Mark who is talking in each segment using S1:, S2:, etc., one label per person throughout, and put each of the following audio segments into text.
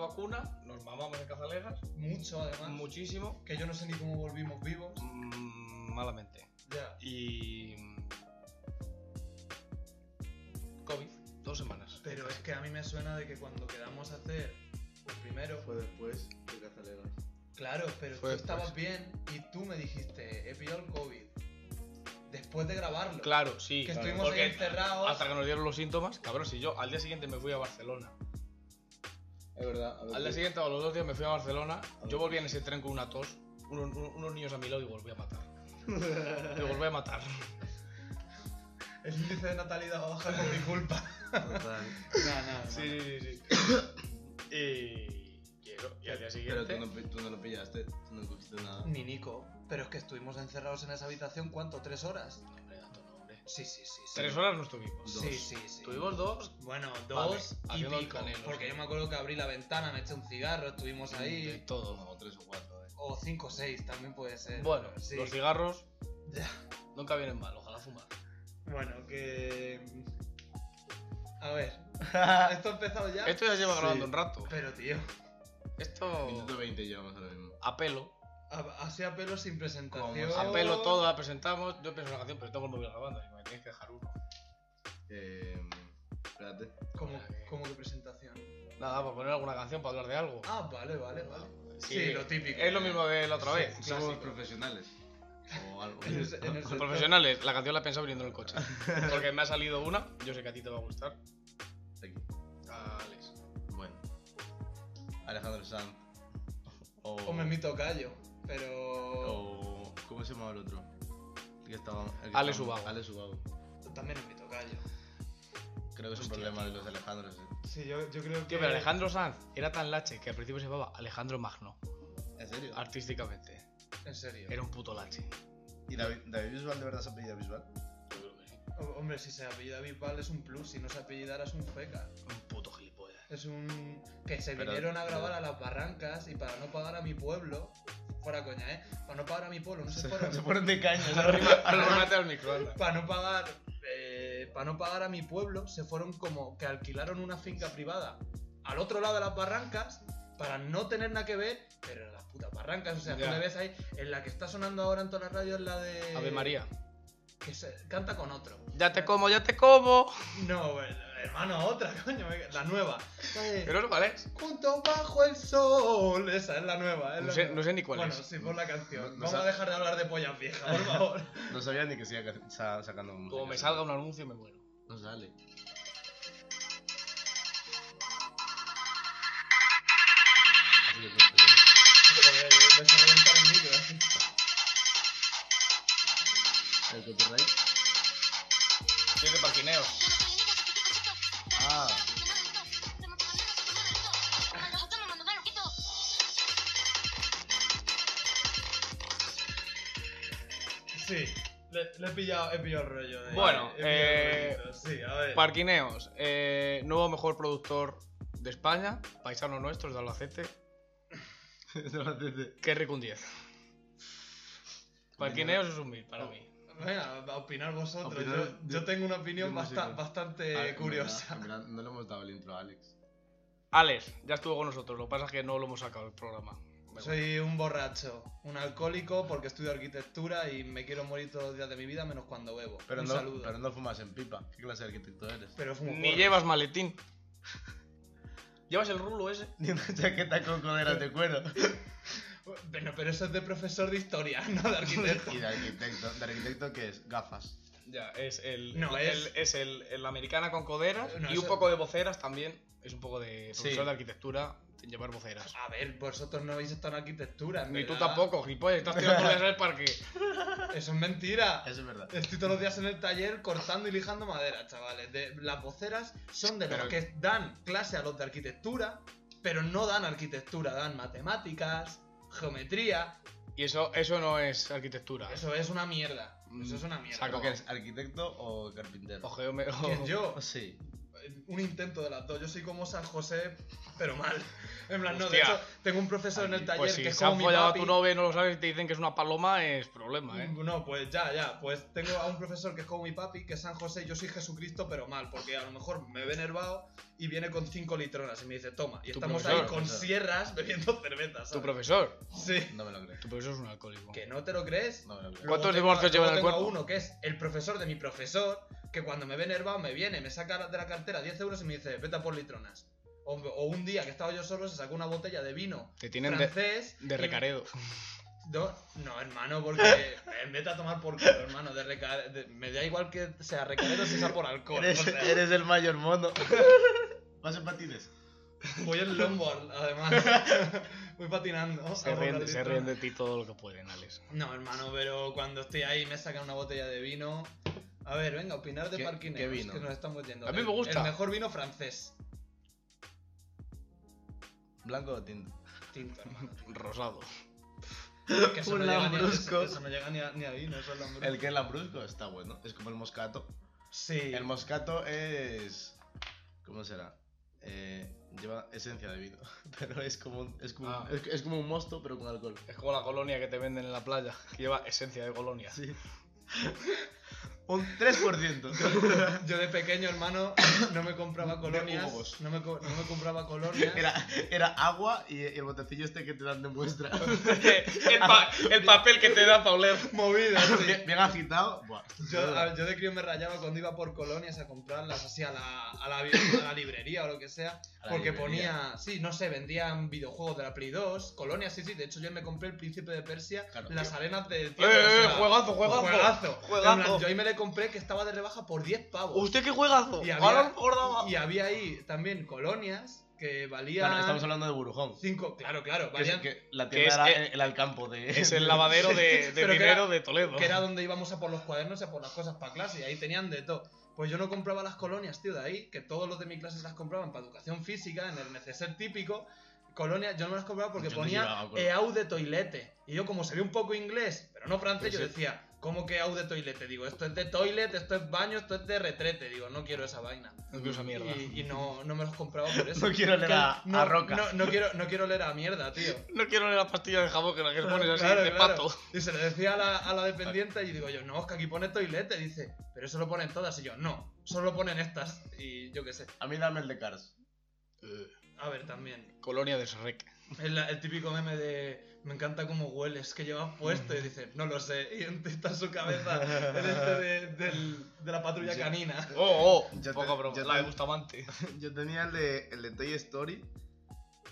S1: vacuna, nos mamamos en Cazalegas,
S2: Mucho, además.
S1: muchísimo,
S2: Que yo no sé ni cómo volvimos vivos.
S1: mm, malamente.
S2: Ya.
S1: Y. mm, COVID, dos semanas.
S2: Pero es que a mí me suena de que cuando quedamos a hacer el primero.
S3: Fue después de Cazalegas.
S2: Claro, pero
S1: Fue
S2: tú estabas bien y tú me dijiste, he pillado el COVID. Después de grabarlo.
S1: Claro, sí.
S2: Que
S1: claro,
S2: estuvimos ahí
S1: porque
S2: encerrados.
S1: Hasta que nos dieron los síntomas, cabrón, si yo al día siguiente me fui a Barcelona.
S3: Es verdad. a ver,
S1: Al día
S3: tú-
S1: siguiente o a los dos días me fui a Barcelona.
S3: ver.
S1: Yo volví en ese tren con una tos, unos, unos- unos niños a mi lado y volví a matar. y volví a matar.
S2: El índice de natalidad va a bajar por mi culpa.
S3: Total.
S1: Sí, sí, sí. sí. y. Quiero. Y al día
S3: Pero
S1: siguiente.
S3: tú no, pi- tú no lo pillaste, tú no cogiste nada.
S2: Ni Nico. Pero es que estuvimos encerrados en esa habitación, ¿cuánto? ¿Tres horas?
S1: No, hombre, tanto no, hombre.
S2: Sí, sí, sí. sí.
S1: Tres horas no estuvimos.
S3: Dos.
S2: Sí, sí, sí.
S1: Tuvimos dos.
S2: Bueno, dos
S1: Vale,
S2: y
S1: haciendo el
S2: pico.
S1: canelo,
S2: porque
S1: sí.
S2: yo me acuerdo que abrí la ventana, me eché un cigarro, estuvimos
S1: De
S2: ahí.
S1: todo.
S3: No, tres o cuatro. eh.
S2: O cinco o seis también puede ser.
S1: Bueno,
S2: sí.
S1: los cigarros
S2: Ya.
S1: nunca vienen mal, ojalá fumar.
S2: Bueno, que. A ver. Esto ha empezado ya.
S1: Esto ya lleva
S3: Sí.
S1: grabando un rato.
S2: Pero, tío,
S1: Esto
S3: Minuto 20 llevamos ahora mismo.
S1: a pelo.
S2: a- así a pelo sin presentación.
S3: Como
S1: A pelo todo la presentamos. Yo pienso en la canción, pero tengo el móvil grabando. y Me tienes que dejar uno.
S3: Eh, espérate.
S2: Como, como que presentación.
S1: Nada, por poner alguna canción para hablar de algo.
S2: Ah, vale, vale, vale. Sí, lo típico.
S1: Es lo mismo de la otra vez.
S3: Somos
S1: clásico.
S3: profesionales. O algo.
S2: En el- en el
S1: Los
S2: sector-
S1: profesionales, la canción la he pensado viniendo en el coche. Porque me ha salido una, yo sé que a ti te va a gustar.
S3: Aquí.
S1: Alex.
S3: Bueno. Alejandro Sanz. O,
S2: Hombre, mi tocayo. Pero.
S3: o- ¿Cómo se llamaba el otro? El que estaba, el que
S1: Ale
S3: estaba-
S1: Subago.
S3: Ale Subago.
S2: También es mi tocayo.
S3: Creo que es un
S1: Hostia,
S3: problema
S1: tío.
S3: de los Alejandros. eh.
S2: Sí, yo, yo creo
S1: Tío, pero Alejandro Sanz era tan lache que al principio se llamaba Alejandro Magno,
S3: ¿En serio?
S1: artísticamente.
S2: En serio.
S1: Era un puto lache.
S3: ¿Y David, David Bisbal de verdad se apellida Bisbal?
S2: O- Hombre, si se apellida Bipal es un plus, si no se apellidara es un feca.
S1: Un puto gilipollas.
S2: Es un. que se
S3: Pero-
S2: vinieron a grabar
S3: pero-
S2: a las barrancas y para no pagar a mi pueblo. Fuera coña, ¿eh? Para no pagar a mi pueblo, no se fueron.
S3: de caña.
S1: Arrímate al microondas.
S2: para no pagar. eh, para no pagar a mi pueblo, se fueron como que alquilaron una finca privada al otro lado de las barrancas para no tener nada que ver, pero en las putas barrancas. O sea,
S1: Ya.
S2: tú me ves ahí, en la que está sonando ahora en todas las radios, la de.
S1: Ave María.
S2: Que se, canta con otro. Eh,
S1: Ya te como, ya te como.
S2: No, hermano, otra, coño, me- la nueva. La de,
S1: Pero no cuál es.
S2: Juntos bajo el sol. Esa es la nueva. es
S1: No
S2: la
S1: sé,
S2: nueva.
S1: no sé ni cuál
S2: bueno,
S1: es.
S2: sí, por la canción.
S3: No- no
S2: Vamos
S3: sab-
S2: a dejar de hablar de pollas viejas, por favor.
S3: No sabía ni que siga ca- sa- sacando música.
S1: Como me salga un anuncio me muero.
S3: No sale. Así que, pues, pero-
S2: Joder, me se reventa el micro. así.
S3: ¿El copyright?
S1: Soy de parquineos.
S3: Ah,
S2: Sí, le, le he, pillado, he pillado el rollo. De,
S1: Bueno,
S2: he pillado el
S1: eh,
S2: rollito, Sí, a ver.
S1: Parquineos, eh, nuevo mejor productor de España, paisano nuestro de Albacete,
S3: no lo haces.
S1: Kerry con 10. Parquineos es un mil para mí.
S2: Venga, a opinar vosotros.
S3: Opinar
S2: yo,
S3: de-
S2: yo tengo una opinión
S3: de música.
S2: basta- bastante Eh, curiosa.
S3: Ah, No le hemos dado el intro a Alex.
S1: Alex, ya estuvo con nosotros, lo que pasa es que no lo hemos sacado del programa.
S2: Soy un borracho, un alcohólico porque estudio arquitectura y me quiero morir todos los días de mi vida menos cuando bebo.
S3: Pero
S2: un
S3: no,
S2: saludo.
S3: pero no fumas en pipa. ¿Qué clase de arquitecto eres?
S2: Pero fumo
S1: Ni
S2: porros.
S1: llevas maletín. ¿Llevas el rulo ese?
S3: Ni una chaqueta con coderas de cuero.
S2: Oh, Bueno, pero eso es de profesor de historia, no de arquitecto.
S3: Y de arquitecto. ¿De arquitecto qué es? Gafas.
S1: Ya, es el.
S2: No,
S1: el-
S2: es-
S1: el- es el, el americana con coderas
S2: No,
S1: y un
S2: eso-
S1: poco de voceras también. Es un poco de
S3: Sí.
S1: profesor de arquitectura, sin llevar voceras.
S2: A ver, vosotros no habéis estado en arquitectura.
S1: Ni tú
S2: Ah, ¿verdad?
S1: tampoco, gilipollas, estás tirando por el parque.
S2: Eso es mentira.
S3: Eso es verdad.
S2: Estoy todos los días en el taller cortando y lijando madera, chavales. De, las voceras son de
S1: Pero-
S2: los que dan clase a los de arquitectura, pero no dan arquitectura, dan matemáticas, geometría.
S1: Y eso, eso no es arquitectura.
S2: Eso es una mierda.
S1: Mm,
S2: Eso es una mierda.
S1: saco.
S3: ¿Pero qué eres? ¿Arquitecto o carpintero?
S1: O geome- o-
S2: ¿Quién, yo? eh,
S3: Sí.
S2: un intento de las dos. Yo soy como San José, pero mal. En plan, no, de
S1: Hostia.
S2: hecho, tengo un profesor en el taller
S1: Pues
S2: que
S1: si
S2: es
S1: se han
S2: como mi
S1: follado a
S2: papi.
S1: tu novia y no lo sabes y te dicen que es una paloma, es problema, ¿eh?
S2: Mm, No, pues ya, ya. Pues tengo a un profesor que es como mi papi, que es San José, y yo soy Jesucristo, pero mal, porque a lo mejor me ve enervado y viene con cinco litronas y me dice, toma. Y
S1: Tu
S2: estamos ahí
S1: profesor,
S2: con
S3: profesor.
S2: sierras bebiendo cervezas.
S1: Tu profesor.
S2: Sí.
S3: No me lo creo.
S1: Tu profesor es un alcohólico.
S2: ¿Que no te lo crees?
S3: No me lo creo.
S2: Luego
S1: ¿Cuántos
S2: tengo-
S1: divorcios
S2: luego
S1: lleva en el
S2: tengo a
S1: cuerpo?
S2: uno que es el profesor de mi profesor, que cuando me ve nervado me viene, me saca de la cartera 10 euros y me dice, vete a por litronas. O, o un día que estaba yo solo, se sacó una botella de vino
S1: Te tienen de,
S2: francés.
S1: de
S2: y-
S1: recaredo.
S2: No, no, hermano, porque eh, vete a tomar por culo, hermano. De reca- de- me da igual que sea recarero si sea por alcohol. o
S3: Eres,
S2: sea,
S3: eres el mayor mono. Vas en patines.
S2: Voy en longboard, además. Voy patinando.
S1: Se
S2: a por
S1: ríen,
S2: las
S1: se
S2: litronas.
S1: ríen de ti todo lo que pueden, Alex.
S2: No, hermano, pero cuando estoy ahí me sacan una botella de vino. A ver, venga, opinar de
S3: ¿Qué-
S2: parquineros
S3: qué vino?
S2: que nos estamos yendo.
S1: A mí me
S2: El-
S1: gusta.
S2: El mejor vino francés.
S3: Blanco o tinto.
S2: Tinto, hermano.
S1: Rosado.
S2: Que
S3: Un
S2: llega ni a-
S3: lambrusco.
S2: eso no llega ni a, ni a vino, eso es lambrusco.
S3: El que es lambrusco está bueno. Es como el moscato.
S2: Sí.
S3: El moscato es. ¿Cómo será? Eh, lleva esencia de vino. Pero es como un, es como, un-
S1: Ah.
S3: es, es como un mosto, pero con alcohol.
S1: Es como la colonia que te venden en la playa, que lleva esencia de colonia.
S3: Sí. un 3%.
S2: Yo de pequeño, hermano, no me compraba
S3: De
S2: colonias.
S3: jugos.
S2: No me, co- no me compraba colonias.
S3: Era, era agua y el botecillo este que te dan de muestra.
S1: el, papel que te da para oler.
S2: movida, sí.
S3: bien, bien agitado. Buah.
S2: Yo, a- yo de crío me rayaba cuando iba por colonias a comprarlas así a la, a la, bi- a la librería o lo que sea.
S3: A la
S2: Porque
S3: librería.
S2: ponía, sí, no sé, vendían videojuegos de la Play 2, colonias, sí, sí. De hecho, yo me compré el Príncipe de Persia,
S3: Claro,
S2: las
S3: tío.
S2: arenas del
S1: Eh,
S2: tiempo. o
S1: eh,
S2: sea,
S1: juegazo, juegazo.
S2: juegazo.
S1: Juegazo.
S2: En plan, yo ahí me le compré que estaba de rebaja por 10 pavos.
S1: Usted qué juegazo.
S2: Y había-
S1: Ahora lo recordaba.
S2: Y había ahí también colonias que valían.
S3: Claro, estamos hablando de Burujón.
S2: 5, claro, claro,
S3: Que, es-
S2: valían.
S3: que la
S1: que
S3: tienda
S1: es-
S3: era,
S1: eh,
S3: el, al campo de.
S1: Es el lavadero de, de
S2: Pero que
S1: dinero
S2: era-
S1: de Toledo.
S2: que era donde íbamos a por los cuadernos y a por las cosas para clase, y ahí tenían de todo. Pues yo no compraba las colonias, tío, de ahí, que todos los de mi clase las compraban para educación física, en el neceser típico. Colonias, yo no las compraba porque
S3: Yo no
S2: ponía
S3: llevaba colonias.
S2: EAU de toilete. Y yo, como sabía un poco inglés, pero no francés,
S3: Pues
S1: Pero
S2: yo
S1: sí.
S2: decía, ¿cómo que EAU de toilete? Digo, esto es de toilet, esto es baño, esto es de retrete. Digo, no quiero esa vaina.
S1: No quiero esa mierda.
S2: Y, y no, no me los compraba por eso.
S3: No quiero leer
S2: Que-
S3: a,
S2: no,
S3: a Roca.
S2: No, no quiero, no quiero leer a mierda, tío.
S1: No quiero leer la pastilla de jabón que la que pones así
S2: Claro,
S1: de
S2: claro.
S1: pato.
S2: Y se lo decía a la, a la dependiente y digo yo, no, es que aquí pone toilete. Dice, pero eso lo ponen todas. Y yo, no, solo lo ponen estas. Y yo qué sé.
S3: A mí dame el de Cars.
S2: A ver, también.
S1: Colonia de Shrek.
S2: El, el típico meme de, me encanta cómo hueles, que llevas puesto. Y
S1: Mm.
S2: dice, no lo sé. Y está en su cabeza el este de, del- de la patrulla
S3: Sí.
S2: canina.
S1: Oh, oh.
S3: Ya te-
S1: poco broma.
S3: ya
S1: La
S3: te-
S1: de Bustamante.
S3: Yo tenía el de, el de Toy Story.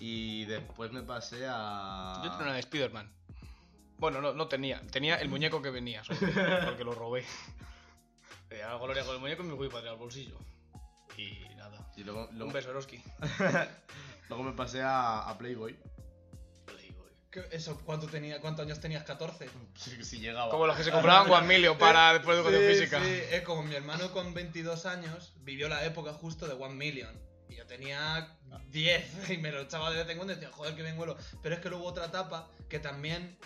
S3: Y después me pasé a.
S1: Yo tenía una de Spider-Man. Bueno, no, no tenía. Tenía el muñeco que venía, solo, porque lo robé. Tenía la colonia con el muñeco y me fui para al bolsillo. Y nada.
S3: Y luego, luego-
S1: Un beso, Eroski.
S3: luego me pasé a, a Playboy.
S2: ¿Qué- Eso, ¿cuánto tenía, ¿cuántos años tenías? ¿14?
S3: Si, si llegaba.
S1: Como los que se compraban Juan Milio para después de educación
S2: Sí,
S1: física.
S2: sí, es como mi hermano con 22 años vivió la época justo de One Million. Y yo tenía 10 y me lo echaba de vez en cuando y decía, joder, que bien vuelo. Pero es que luego otra etapa que también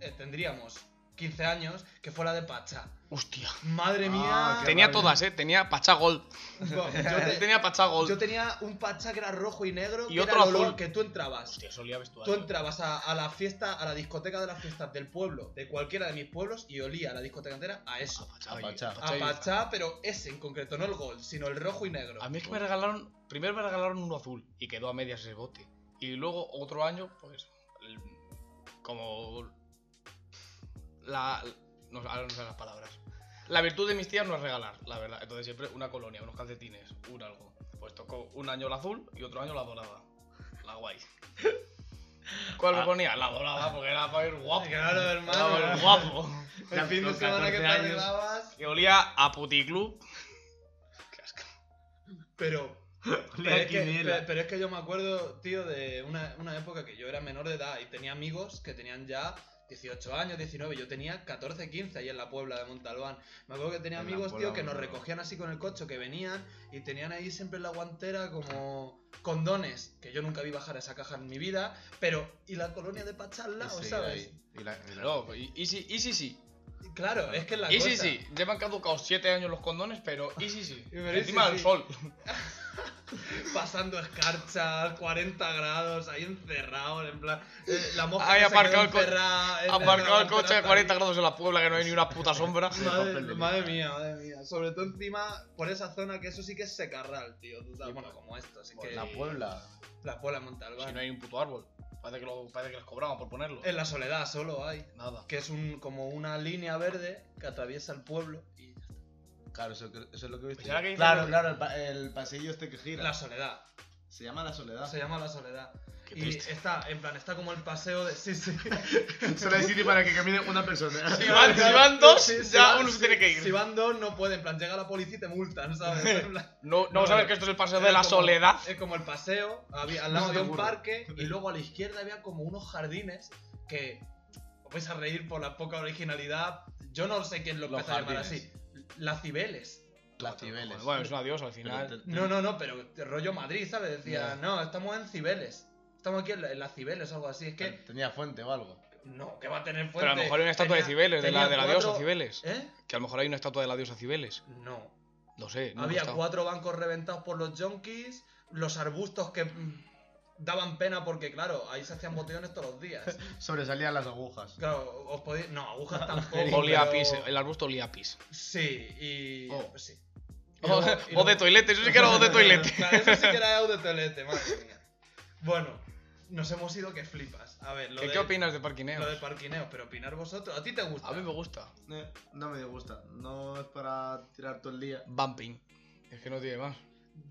S2: eh, tendríamos 15 años, que fue la de Pacha.
S1: Hostia.
S2: Madre mía.
S3: Ah, qué
S1: Tenía
S3: rabia.
S1: todas, eh. Tenía Pachagol.
S2: Buah,
S1: Yo
S2: yo, te-
S1: tenía Pachagol.
S2: yo tenía un Pacha que era rojo y negro
S1: Y
S2: que era
S1: otro
S2: el olor
S1: azul.
S2: que tú entrabas.
S1: Hostia, solía
S2: Tú
S1: vestuario.
S2: entrabas a, a la fiesta, a la discoteca de las fiestas del pueblo, de cualquiera de mis pueblos, y olía la discoteca entera a eso.
S1: Apachá,
S3: A
S1: y-
S3: Pachá.
S1: Apachá
S2: A
S1: y-
S2: Pachá, pero ese en concreto, no el gol, sino el rojo y negro.
S1: A mí es que me regalaron, primero me regalaron uno azul y quedó a medias ese bote. Y luego otro año, pues, el- como la, no, ahora no sé las palabras. La virtud de mis tías no es regalar, la verdad. Entonces siempre una colonia, unos calcetines, un algo. Pues tocó un año la azul y otro año la dorada. La guay. ¿Cuál me
S3: Ah.
S1: ponía? La dorada, porque era para ir guapo.
S2: Claro, hermano.
S1: Era para ir guapo.
S2: El fin de
S3: Con
S2: semana que te
S3: 14 años.
S2: ayudabas.
S1: Que olía a puticlub. Qué asco.
S2: Pero, pero,
S3: Olía a
S2: es que,
S3: quiniela.
S2: pe- pero es que yo me acuerdo, tío, de una, una época que yo era menor de edad y tenía amigos que tenían ya 18 años, 19. Yo tenía 14, 15 ahí en la Puebla de Montalbán. Me acuerdo que tenía
S3: En la
S2: amigos, tío,
S3: Puebla de
S2: que nos
S3: Montalbán.
S2: recogían así con el coche, que venían y tenían ahí siempre en la guantera como condones, que yo nunca vi bajar esa caja en mi vida. Pero, ¿y la colonia de Pachá al
S3: Y
S2: lado,
S3: seguir
S2: sabes?
S3: ahí. Y la- y la-
S1: Claro, y, y sí, y sí, sí.
S2: Claro, es que es la
S1: Y
S2: cosa.
S1: sí, sí, llevan caducados 7 años los condones, pero y sí, sí.
S2: Pero y
S1: Encima
S2: sí,
S1: del
S2: sí.
S1: sol.
S2: Pasando escarchas, 40 grados, ahí encerrado, en plan. eh, la mosca
S1: Ahí
S2: que se quedó
S1: aparcado el co-
S2: encerrada-
S1: Aparcado
S2: encerrada,
S1: el coche a
S2: encerrada
S1: 40 grados en la Puebla que no hay ni una puta sombra.
S2: Madre, madre mía, madre mía. Sobre todo encima por esa zona que eso sí que es secarral, tío. tú sabes, bueno, como esto, así que.
S3: La Puebla.
S2: La Puebla Montalbán.
S1: pues Si no hay un puto árbol. Parece que, lo- parece que les cobraban por ponerlo.
S2: En la soledad solo hay.
S1: Nada.
S2: Que es un, como una línea verde que atraviesa el pueblo. Y
S3: Claro, eso, que- eso es lo que viste.
S1: ¿Será que dice
S3: claro,
S1: que-
S3: claro, el, pa- el pasillo este que gira.
S2: la soledad.
S3: Se llama La Soledad.
S2: Se llama la soledad.
S1: Qué
S2: Y
S1: triste.
S2: está, en plan, está como el paseo de. Sí, sí.
S3: Solo hay sitio para que camine una persona.
S1: Si van, si van dos,
S2: Sí, sí,
S1: ya
S2: sí,
S1: uno
S2: sí.
S1: se tiene que ir.
S2: Si van dos, no pueden. En plan, llega la policía y te multan, ¿sabes? En plan,
S1: No, no,
S2: No,
S1: sabes
S2: no.
S1: que esto es el paseo
S2: Era
S1: de la
S2: como-
S1: soledad.
S2: Es como el paseo, había, al lado
S3: No te
S2: había un
S3: juro.
S2: parque y luego a la izquierda había como unos jardines que os vais a reír por la poca originalidad. Yo no sé quién lo
S3: Los
S2: empezó a llamar así.
S3: jardines.
S2: Las Cibeles.
S3: Las Cibeles.
S1: Bueno, es un adiós al
S3: Pero
S1: final.
S3: te- te-
S2: No, no, no, pero rollo Madrid, ¿sabes? Decía,
S3: Ya.
S2: no, estamos en Cibeles. Estamos aquí en, la- en las Cibeles o algo así. Es
S3: te-
S2: que,
S3: Tenía fuente o algo.
S2: no, que va a tener fuente.
S1: Pero a lo mejor hay una estatua de
S2: Tenía-
S1: Cibeles, de la,
S2: tenía
S1: de la diosa
S2: cuatro-
S1: Cibeles.
S2: ¿Eh?
S1: Que a lo mejor hay una estatua de la diosa Cibeles.
S2: No.
S1: No sé. nunca he
S2: Había
S1: estado.
S2: cuatro bancos reventados por los junkies, los arbustos que mm, daban pena porque, claro, ahí se hacían botellones todos los días.
S3: Sobresalían las agujas.
S2: Claro, os podéis... No, agujas tampoco.
S1: Olía a
S2: pero-
S1: pis, el arbusto olía a pis.
S2: Sí, y...
S1: Oh.
S2: Sí. Y
S1: O,
S2: luego- y
S1: o de
S2: luego-
S1: toilete, eso sí que era o de toilete.
S2: Claro, eso sí que era o de toilete, madre mía. Bueno, nos hemos ido que flipas. A ver, lo
S1: ¿Qué,
S2: de...
S1: qué opinas de parquineos?
S2: Lo de parquineos, pero opinar vosotros. ¿A ti te gusta?
S1: A mí me gusta.
S3: Eh, No me gusta. No es para tirar todo el día.
S1: Bumping. Es que no tiene más.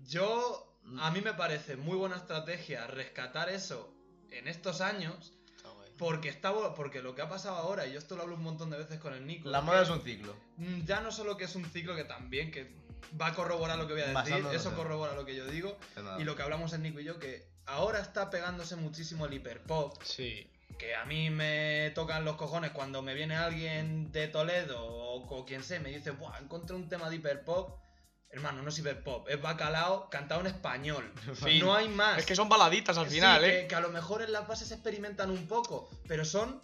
S2: Yo...
S1: Mm.
S2: A mí me parece muy buena estrategia rescatar eso en estos años
S1: Está guay.
S2: Porque está bo- porque lo que ha pasado ahora, y yo esto lo hablo un montón de veces con el Nico.
S3: La
S2: que
S3: moda es un ciclo.
S2: mm, Ya no solo que es un ciclo que también, que va a corroborar lo que voy a decir,
S3: Basándonos
S2: eso
S3: en-
S2: corrobora lo que yo digo.
S3: De nada.
S2: Y lo que hablamos el Nico y yo, que ahora está pegándose muchísimo el hiperpop,
S1: Sí.
S2: que a mí me tocan los cojones cuando me viene alguien de Toledo o, co- quien sea y me dice, Buah, encontré un tema de hiperpop. Hermano, no es hiperpop, es bacalao cantado en español.
S1: Fin.
S2: No hay más.
S1: Es que son baladitas al
S2: Sí,
S1: final,
S2: que-
S1: ¿eh?
S2: Que a lo mejor en las bases experimentan un poco, pero son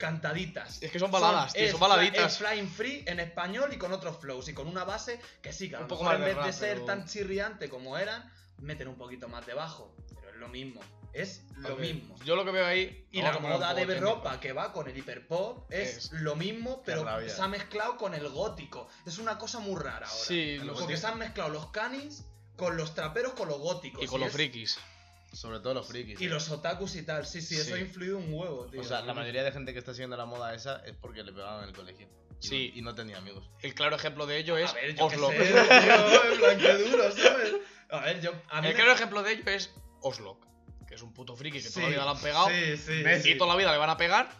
S2: cantaditas.
S1: Es que son baladas, tío,
S2: es
S1: son
S2: fly-
S1: baladitas.
S2: es Flying Free en español y con otros flows y con una base que sí, que a lo
S1: Un poco
S2: mejor en
S1: más de
S2: vez de
S1: rap,
S2: ser
S1: pero-
S2: tan chirriante como eran, meten un poquito más debajo. Pero es lo mismo, es lo
S1: Ok,
S2: mismo.
S1: Yo lo que veo ahí.
S2: Y
S1: vamos
S2: la
S1: a poner un
S2: moda de
S1: poco técnico.
S2: ropa que va con el hiperpop es,
S1: Es-
S2: lo mismo, pero
S3: rabia.
S2: se ha mezclado con el gótico. Es una cosa muy rara ahora.
S1: Sí,
S3: El
S1: lo-
S2: Porque se han mezclado los canis con los traperos con los góticos.
S1: y con los
S2: es-
S1: frikis.
S3: Sobre todo los frikis.
S2: y los otakus y tal, sí, sí, eso
S1: Sí.
S2: ha influido un huevo, tío.
S3: O sea, la mayoría de gente que está siguiendo la moda esa es porque le pegaban en el colegio. Y
S1: Sí.
S3: No, y no tenía amigos.
S1: El claro ejemplo de ello es
S2: A ver, yo qué
S1: Oslo.
S2: sé, tío, en plan, qué duro, ¿sabes? A ver, yo... A mí
S1: El
S2: me-
S1: claro ejemplo de ello es Oslo, que es un puto friki que
S2: Sí,
S1: toda la vida le han pegado
S2: Sí, sí,
S3: ¿Ves?
S2: sí.
S1: y toda la vida le van a pegar,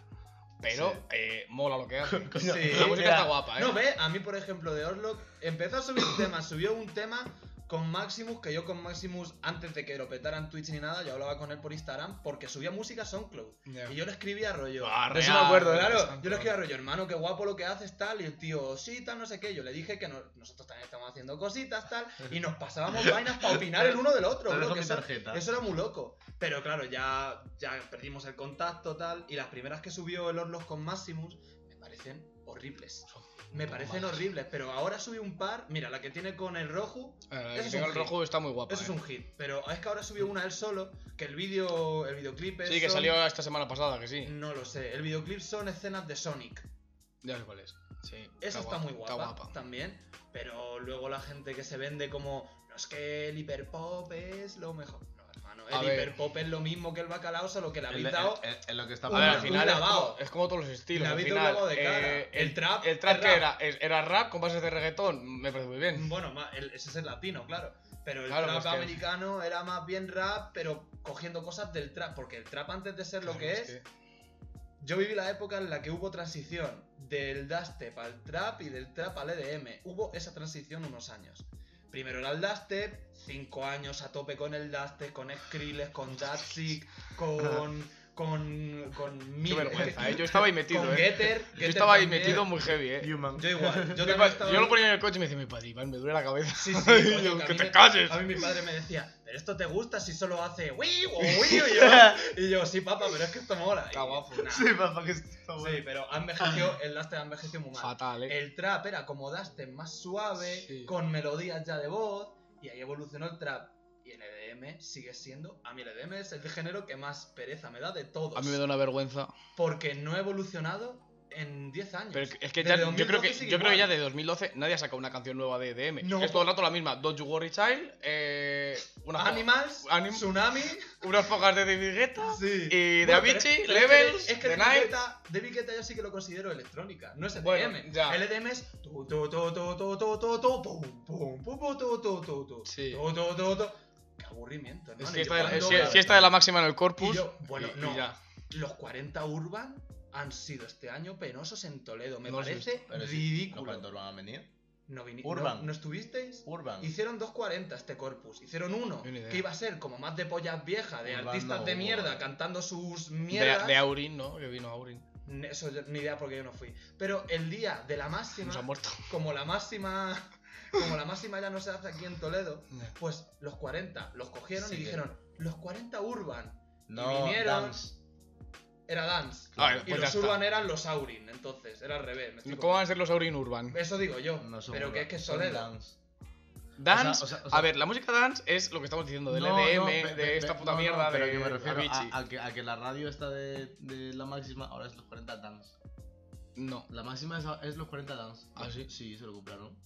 S1: pero
S3: Sí.
S1: eh, mola lo que hace.
S2: Sí.
S1: La música
S3: Era-
S1: está guapa, ¿eh?
S2: No, ve, a mí, por ejemplo, de Orlok, empezó a subir temas, subió un tema con Maximus, que yo con Maximus, antes de que lo petaran Twitch ni nada, yo hablaba con él por Instagram, porque subía música a SoundCloud.
S1: Ya.
S2: Y yo le escribía rollo.
S1: Ah,
S2: de eso me
S1: real,
S2: acuerdo,
S1: real,
S2: claro.
S1: SoundCloud.
S2: Yo le escribía rollo, hermano, qué guapo lo que haces, tal. Y el tío, sí, tal, no sé qué. Yo le dije que no- nosotros también estamos haciendo cositas, tal. Y nos pasábamos vainas para opinar el uno del otro,
S3: Te
S2: bro.
S3: dejo
S2: que
S3: mi
S2: eso,
S3: tarjeta.
S2: eso era muy loco. Pero claro, ya, ya perdimos el contacto, tal. Y las primeras que subió el Orlos con Maximus me parecen horribles. Me parecen
S1: malas.
S2: horribles, pero ahora subí un par. Mira, la que tiene con el rojo,
S1: Eh, la
S2: Eso
S1: que
S2: es
S1: tenga
S2: un
S1: el
S2: hit.
S1: rojo está muy guapa.
S2: eso es
S1: ¿eh?
S2: un hit. Pero es que ahora subió una él solo, que el vídeo, el videoclip es.
S1: Sí, que
S2: son-
S1: salió esta semana pasada, que sí.
S2: no lo sé. El videoclip son escenas de Sonic.
S1: Ya sé cuál es. Sí,
S2: Esa Mm. está, muy guapa,
S1: Está guapa.
S2: también. Pero luego la gente que se vende como. No es que el hiperpop es lo mejor. No, hermano.
S1: A
S2: El
S1: ver.
S2: hiperpop es lo mismo que el bacalao, solo que la
S3: El-
S2: habéis
S3: el-
S2: dado.
S3: el- el- lo que está
S1: A ver, al
S2: Un
S1: final es
S2: lavado.
S1: como, es como todos los estilos.
S2: Le
S1: al
S2: habéis dado un
S1: final,
S2: lavado de cara.
S1: eh,
S2: El trap
S1: El trap
S2: es
S1: que era,
S2: rap.
S1: es- era rap con bases de reggaetón. Me parece muy bien.
S2: Bueno, ma- el- ese es el latino, claro. Pero el
S1: Claro,
S2: trap
S1: pues que-
S2: americano era más bien rap, pero cogiendo cosas del trap. Porque el trap, antes de ser lo que
S1: Claro, pues
S2: es, Yo viví la época en la que hubo transición del dubstep al trap y del trap al EDM. Hubo esa transición unos años. Primero era el dubstep, cinco años a tope con el dubstep, con Skrillex, con Datsik, con con con
S1: Qué
S2: Miller,
S1: vergüenza, ¿eh? Yo estaba ahí metido,
S2: con
S1: ¿eh?
S2: Getter,
S1: Yo
S2: Getter
S1: estaba ahí
S2: también.
S1: metido muy heavy, ¿eh?
S3: Human.
S2: Yo igual, yo
S1: Mi
S2: también
S1: pa-
S2: estaba
S1: yo lo ponía en el coche y me decía, mi padre, Iván, me duele la cabeza.
S2: Sí, sí, coño,
S1: Yo,
S2: a
S1: que
S2: mí
S1: te
S2: me-
S1: calles.
S2: A mí mi padre me decía, ¿pero esto te gusta si solo hace wii o wii? Y yo, y yo, sí, papá, pero es que esto mola. Y-
S1: Está guapo.
S2: nah.
S3: Sí, papá, que está
S2: Sí,
S3: bueno.
S2: pero ha
S1: Ah.
S2: envejecido, el Duster ha envejecido muy mal.
S1: Fatal, eh.
S2: El trap era como Duster más suave,
S1: Sí.
S2: con melodías ya de voz, y ahí evolucionó el trap. Y el EDM sigue siendo, a mí el EDM es el género que más pereza me da de todos.
S1: A mí me da una vergüenza.
S2: Porque no he evolucionado en 10 años.
S1: Pero es que
S2: Desde
S1: ya, yo, creo
S2: 2012
S1: que,
S2: sigue
S1: yo creo que ya
S2: igual.
S1: de 2012 nadie ha sacado una canción nueva de EDM.
S2: No.
S1: Es todo el rato la misma. Don't You Worry Child, eh, una
S2: Ah.
S1: fo-
S2: Animals,
S1: Anim-
S2: Tsunami,
S1: unas focas de David Guetta
S2: sí.
S1: y de
S2: Bueno, pero
S1: Avicii,
S2: es- pero es que-
S1: Levels,
S2: es que
S1: The
S2: David
S1: Night.
S2: Guetta- David Guetta yo sí que lo considero electrónica, no es EDM.
S1: Bueno, ya.
S2: El EDM es tu, tu, tu, tu, tu, tu, tu, tu, pum, pum, pum, pum, tu, tu, tu, tu,
S1: Sí.
S2: tu, tu, tu, tu. Qué aburrimiento, hermano.
S1: Es
S2: Y yo
S1: fiesta de, la-
S2: cuando-
S1: es fie- fiesta de la máxima en el corpus.
S2: Y yo, bueno,
S1: y- y
S2: no.
S1: ya.
S2: Los 40 Urban han sido este año penosos en Toledo. Me
S1: No los he
S2: parece
S3: Pero sí, ¿no
S2: ridículo.
S3: cuántos van a venir?
S2: No, vini-
S3: Urban.
S2: no- ¿No estuvisteis?
S3: Urban.
S2: Hicieron 2.40 este corpus, hicieron uno
S1: Ni una idea.
S2: que iba a ser como más de pollas viejas, de
S3: Urbano,
S2: artistas de mierda
S3: urbano.
S2: cantando sus
S1: De,
S2: mierdas.
S1: de Aurin, ¿no? Que vino Aurin.
S2: N- Eso yo- ni idea porque yo no fui. Pero el día de la máxima,
S1: Nos ha muerto.
S2: como la máxima, como la máxima ya no se hace aquí en Toledo, pues los 40 los cogieron y
S3: Sí, que-
S2: dijeron, los 40 Urban
S3: No,
S2: vinieron-
S3: dance.
S2: era dance.
S1: A ver,
S2: Y
S1: pues ya
S2: los
S1: está.
S2: Urban eran los Aurin, entonces, era al revés. me estoy
S1: ¿Cómo van a ser los Aurin Urban?
S2: confundiendo. Eso digo yo,
S3: No son
S2: pero que es
S3: urban,
S2: que es
S3: son
S2: Toledo.
S3: dance.
S1: Dance.
S3: O sea, o sea, o sea-
S1: a ver, la música dance es lo que estamos diciendo del
S3: No,
S1: EDM,
S3: no,
S1: de
S3: ve- ve-
S1: esta
S3: ve-
S1: puta
S3: no, no,
S1: mierda de
S3: pero que me refiero
S1: Avicii.
S3: a, a que, a que la radio está de, de la máxima ahora es los 40 dance.
S1: No.
S3: La máxima es, es los 40 dance.
S1: ¿Ah, sí?
S3: Sí, se lo compraron.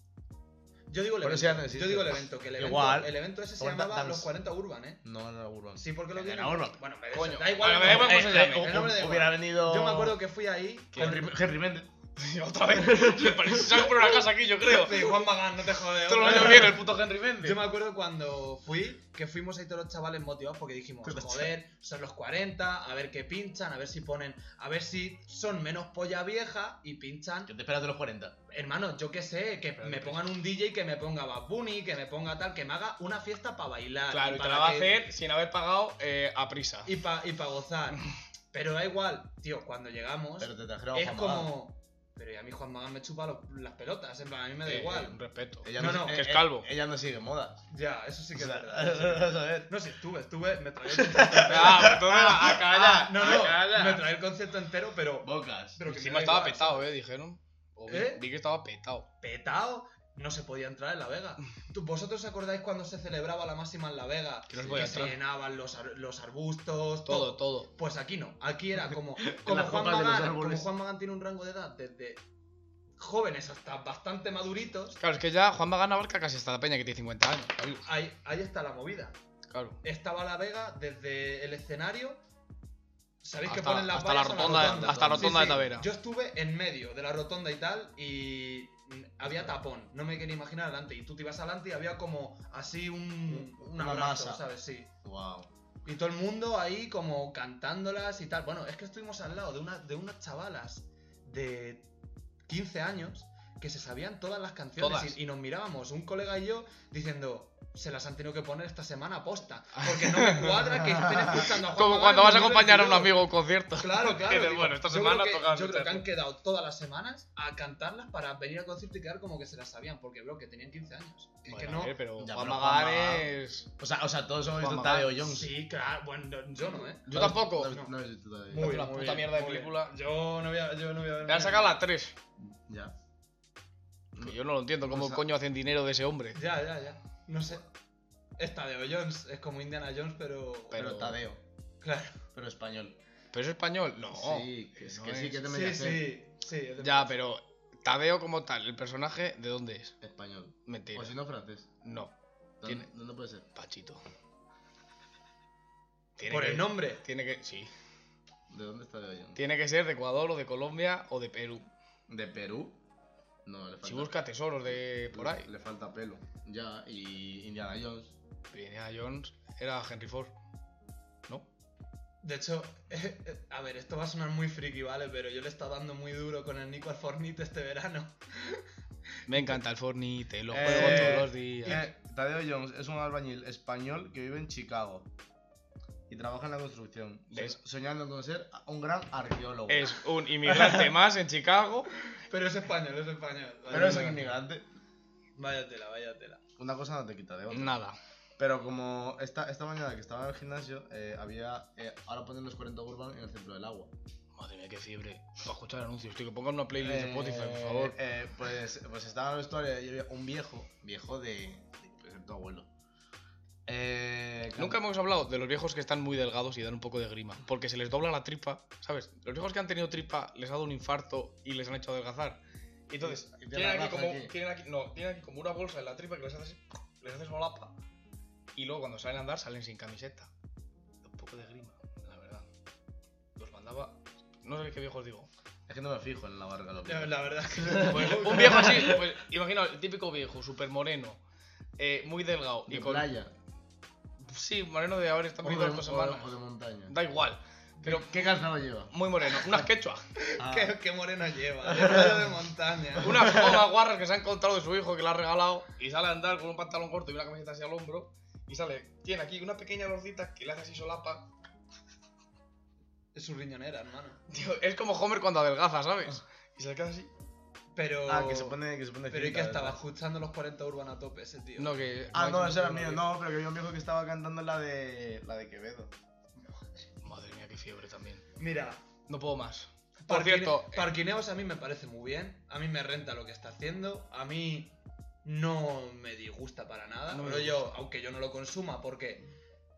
S2: Yo digo el
S3: Pero
S2: evento,
S3: ese ya no existe.
S2: yo digo el evento, que el evento,
S3: Igual.
S2: el evento ese se
S3: 40
S2: llamaba
S3: dance.
S2: Los 40 Urban, ¿eh?
S3: No era Urban.
S2: Sí, porque lo
S3: Era
S2: tienen.
S3: Urban.
S2: Bueno, me
S1: Coño.
S2: da igual.
S1: Bueno, me da igual cómo se
S2: Eh,
S1: llame.
S2: eh, el nombre da
S3: hubiera
S2: igual.
S3: venido
S2: Yo me acuerdo que fui ahí.
S3: Henry, Henry Méndez.
S1: Otra vez. Se ha comprado una casa aquí, yo creo.
S2: Sí, Juan Magán, no te jodes.
S1: Todo el
S2: hombre.
S1: año viene el puto Henry Méndez.
S2: Yo me acuerdo cuando fui, que fuimos ahí todos los chavales motivados porque dijimos,
S3: Todos los
S2: joder, son los 40, a ver qué pinchan, a ver si ponen, a ver si son menos polla vieja y pinchan.
S3: Que te esperas de los 40.
S2: Hermano, yo qué sé, que
S1: Pero
S2: me
S1: no
S2: pongan un DJ, que me ponga Bad Bunny, que me ponga tal, que me haga una fiesta para bailar.
S1: Claro, y te
S2: para
S1: la va a
S2: que-
S1: hacer sin haber pagado eh, a prisa.
S2: Y para y pa gozar. Pero da igual, tío, cuando llegamos...
S3: Pero te trajeron a
S2: es
S3: Juan Magán.
S2: como. Pero y a mí Juan Magán me chupa los- las pelotas, en plan, a mí me da
S1: Eh,
S2: igual.
S1: Respeto.
S3: Ella eh,
S2: No, no,
S1: que es calvo.
S3: Ella no sigue moda.
S2: Ya, eso sí que es verdad. eso sí que es verdad.
S3: ver.
S2: No, si estuve, estuve, me traí el
S1: Ah,
S2: concierto
S1: pues entonces a
S2: Ah,
S1: callar.
S2: no,
S1: a
S2: no,
S1: callar.
S2: me traí el concierto entero, pero.
S3: Bocas.
S2: pero que me
S1: Encima
S2: da
S1: estaba
S2: igual,
S1: petado, eh, dijeron. O vi-
S2: ¿Eh?
S1: Vi que estaba petado.
S2: Petao, no se podía entrar en La Vega. ¿Tú- ¿Vosotros os acordáis cuando se celebraba la máxima en La Vega?
S1: Que no se
S2: Que
S1: podía
S2: se
S1: entrar.
S2: llenaban los, ar- los arbustos,
S1: Todo, todo.
S2: Pues aquí no, aquí era como, como,
S3: las
S2: Juan
S3: copas de los
S2: Magán, como
S3: árboles.
S2: Juan Magán tiene un rango de edad desde jóvenes hasta bastante maduritos,
S1: Claro, es que ya Juan Magán abarca casi hasta la peña que tiene 50 años. amigos.
S2: ahí, ahí está la movida.
S1: Claro.
S2: estaba la Vega desde el escenario. ¿Sabéis que
S1: Hasta-
S2: ponen las
S1: hasta la
S2: vallas a
S1: rotonda
S3: de- hasta
S1: la rotonda de Tavera.
S2: Yo estuve en medio de la rotonda y tal y mm, había tapón. No me quería imaginar adelante. Y tú te ibas adelante y había como así un, un
S3: Una
S2: abrazo,
S3: masa.
S2: ¿sabes? Sí.
S3: Wow.
S2: Y todo el mundo ahí como cantándolas y tal. Bueno, es que estuvimos al lado de, una, de unas chavalas de 15 años que se sabían todas las canciones
S1: Todas.
S2: Y, y nos mirábamos, un colega y yo, diciendo, se las han tenido que poner esta semana a posta, porque no me cuadra que estén escuchando a Juan
S1: Como
S2: Magán
S1: cuando
S2: en
S1: vas a acompañar a un
S2: 2022".
S1: amigo a un concierto.
S2: Claro, claro.
S1: Dices,
S2: digo,
S1: bueno, esta
S2: yo
S1: semana
S2: creo que-
S1: toca
S2: Yo creo que
S1: escuchar.
S2: han quedado todas las semanas a cantarlas para venir al concierto y quedar como que se las sabían, porque, bro, que tenían 15 años. Que es que
S1: Bueno,
S2: no...
S1: a ver, Eh, pero
S3: Ya,
S1: Juan
S3: pero Juan
S1: Magán
S3: Magán-
S1: es.
S3: O sea, o sea, todos hemos
S1: Juan
S3: visto
S1: Magán.
S3: Tadeo Jones.
S2: Sí, claro, bueno, yo no, ¿eh?
S1: Yo tampoco.
S3: No, no, no, yo todavía.
S1: Muy- la puta mierda de
S2: muy bien.
S1: película.
S2: Yo no voy a, yo no voy a ver.
S1: Le han sacado la 3.
S3: Ya.
S1: Que yo no lo entiendo. ¿Cómo
S3: O sea-
S1: coño hacen dinero de ese hombre?
S2: Ya, ya, ya. No sé. Esta de Jones es como Indiana Jones, pero.
S1: Pero-
S3: Pero, Tadeo.
S2: Claro.
S3: Pero español.
S1: ¿Pero es español? No.
S3: sí, que,
S1: no
S3: que sí,
S1: es-
S3: que te
S2: Sí,
S3: metías
S2: sí, sí. es de-
S1: Ya, pero Tadeo como tal, el personaje, ¿de dónde es?
S3: español.
S1: Mentira.
S3: O si no, francés.
S1: No,
S3: ¿Dónde,
S1: Tiene-
S3: dónde puede ser?
S1: Pachito. Tiene
S2: Por
S1: que-
S2: el nombre.
S1: Tiene que, sí.
S3: ¿De dónde está Tadeo Jones?
S1: Tiene que ser de Ecuador o de Colombia o de Perú.
S3: ¿De Perú? No, le falta.
S1: Si busca tesoros de por ahí.
S3: Le falta pelo. Ya, y Indiana Jones.
S1: Indiana Jones era Henry Ford. ¿No?
S2: De hecho, eh, a ver, esto va a sonar muy friki, ¿vale? Pero yo le he estado dando muy duro con el Nico al Fornite este verano.
S1: Me encanta el Fornite, lo
S3: Eh,
S1: juego todos los días.
S3: Eh, Tadeo Jones es un albañil español que vive en Chicago y trabaja en la construcción, so-
S1: ¿Ves?
S3: soñando con ser a- un gran arqueólogo.
S1: Es un inmigrante más en Chicago.
S2: Pero es español, es español.
S3: Pero
S2: Vaya
S3: es un
S2: tela.
S3: inmigrante.
S2: Vaya tela, vaya tela.
S3: Una cosa no te quita de otra.
S1: Nada.
S3: Pero como esta, esta mañana que estaba en el gimnasio, eh, había. eh, ahora ponen los 40 Urban en el centro del agua.
S1: Madre mía, qué fiebre. Para escuchar anuncios, tío, que pongan una playlist de Spotify, por
S3: Eh,
S1: favor.
S3: eh, pues, pues estaba en la historia y había un viejo, viejo de. de puede ser tu abuelo. Eh,
S1: Nunca hemos hablado de los viejos que están muy delgados y dan un poco de grima, porque se les dobla la tripa, ¿sabes? Los viejos que han tenido tripa les ha dado un infarto y les han hecho adelgazar. Y entonces,
S3: Y te
S1: tienen
S3: la
S1: aquí,
S3: raja
S1: como,
S3: aquí.
S1: tienen aquí- no, tienen aquí como una bolsa en la tripa que les hace, así, les hace solapa. Y luego cuando salen a andar salen sin camiseta. Da Un poco de grima, la verdad. Los mandaba... No sé qué viejos digo.
S3: Es que no me fijo en la barra de los
S2: La,
S3: viejos.
S2: la verdad es que.
S1: Pues, un viejo así, pues, imagina, el típico viejo, súper moreno, eh, muy delgado.
S3: De
S1: y con,
S3: playa.
S1: sí, moreno de haber
S3: O
S1: estado
S3: de,
S1: viviendo dos
S3: o de-
S1: semanas.
S3: o de montaña.
S1: Da igual. Pero
S3: ¿Qué calzado lleva?
S1: muy moreno. Unas quechua.
S3: Ah,
S2: Qué, qué morena lleva. De playa de montaña.
S1: Unas gomas guarras que se ha encontrado de su hijo que le ha regalado. Y sale a andar con un pantalón corto y una camiseta hacia el hombro. Y sale, tiene aquí una pequeña gordita que le hace así solapa.
S2: Es su riñonera, hermano.
S1: Tío, es como Homer cuando adelgaza, ¿sabes? Y se le queda así.
S2: Pero.
S3: ah, que se pone. Que se pone
S2: Pero y
S3: cinta,
S2: que
S3: ¿verdad?
S2: estaba escuchando los 40 Urban a tope ese tío.
S1: No, que.
S3: Ah, no,
S1: hay-
S3: ese era mío, no, pero que había un viejo que estaba cantando la de. la de Quevedo.
S1: Madre mía, qué fiebre también.
S2: Mira,
S1: No puedo más. Por
S2: Parquine-
S1: cierto, eh,
S2: Parquineos a mí me parece muy bien. A mí me renta lo que está haciendo. A mí no me disgusta para nada.
S1: No me
S2: pero yo, aunque yo no lo consuma, porque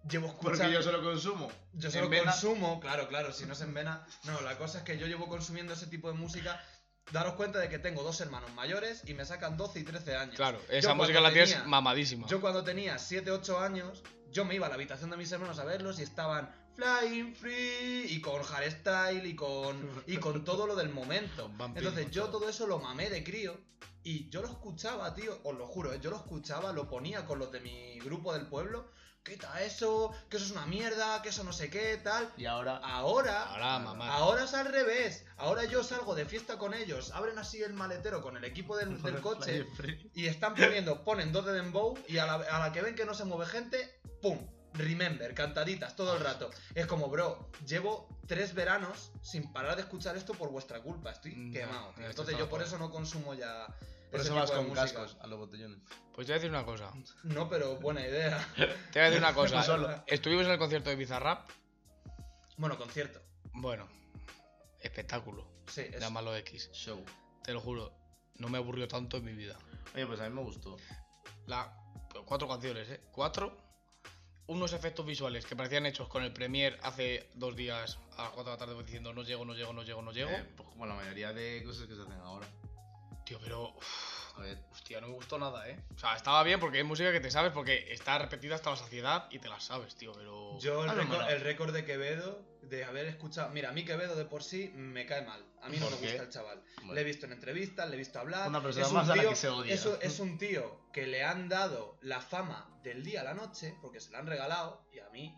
S2: llevo
S3: Porque
S2: escuchando.
S3: yo solo consumo.
S2: yo solo
S3: en vena-
S2: consumo, claro, claro, si no se envena. No, la cosa es que yo llevo consumiendo ese tipo de música. Daros cuenta de que tengo dos hermanos mayores y me sacan 12 y 13 años.
S1: claro, esa
S2: cuando
S1: música la tienes
S2: tenía-
S1: mamadísima.
S2: Yo cuando tenía 7, 8 años, yo me iba a la habitación de mis hermanos a verlos y estaban Flying Free y con Hardstyle y con, y con todo lo del momento.
S1: Con Bumping,
S2: Entonces
S1: con
S2: yo
S1: todo.
S2: todo eso lo mamé de crío y yo lo escuchaba, tío, os lo juro, ¿eh? yo lo escuchaba, lo ponía con los de mi grupo del pueblo, quita eso, que eso es una mierda, que eso no sé qué, tal.
S3: Y ahora.
S2: Ahora,
S1: Ahora, mamá.
S2: Ahora es al revés. Ahora yo salgo de fiesta con ellos, abren así el maletero con el equipo del, del coche y están poniendo, ponen dos de Dembow y a la, a la que ven que no se mueve gente, ¡pum! Remember, cantaditas todo el rato. Es como, bro, llevo tres veranos sin parar de escuchar esto por vuestra culpa. Estoy
S3: Mm,
S1: Ya,
S2: quemado. tío.
S1: ya,
S2: Entonces
S1: esto
S2: yo
S1: está
S2: por
S1: mal.
S2: eso no consumo ya.
S3: Por
S2: ese
S3: eso
S2: tipo
S3: vas
S2: de
S3: con
S2: música.
S3: cascos a los botellones.
S1: Pues te voy a decir una cosa.
S2: No, pero buena idea.
S1: Te voy a decir una
S3: Tú
S1: cosa.
S3: Pues solo.
S1: Estuvimos en el concierto de Bizarrap.
S2: Bueno, concierto.
S1: Bueno, espectáculo.
S2: Sí, es-
S1: Llámalo X.
S3: Show.
S1: Te lo juro, no me aburrió tanto en mi vida.
S3: Oye, pues a mí me gustó.
S1: La, cuatro canciones, ¿eh? Cuatro. Unos efectos visuales que parecían hechos con el Premiere hace dos días a las 4 de la tarde pues, diciendo no llego, no llego, no llego, no llego.
S3: Eh, pues como la mayoría de cosas que se hacen ahora.
S1: Tío, pero... uf,
S3: A ver.
S1: hostia, no me gustó nada, ¿eh? O sea, estaba bien porque es música que te sabes porque está repetida hasta la saciedad y te la sabes, tío, pero...
S2: Yo el
S3: Ah, no,
S2: récord,
S3: mola.
S2: el récord de Quevedo, de haber escuchado... Mira, a mí Quevedo de por sí me cae mal. A mí no me
S3: ¿Por qué?
S2: gusta el chaval.
S3: Bueno.
S2: Le he visto en entrevistas, le he visto hablar.
S3: Una persona
S2: es un
S3: más a la
S2: tío-
S3: que se odia.
S2: Es, un- es un tío que le han dado la fama del día a la noche, porque se la han regalado, y a mí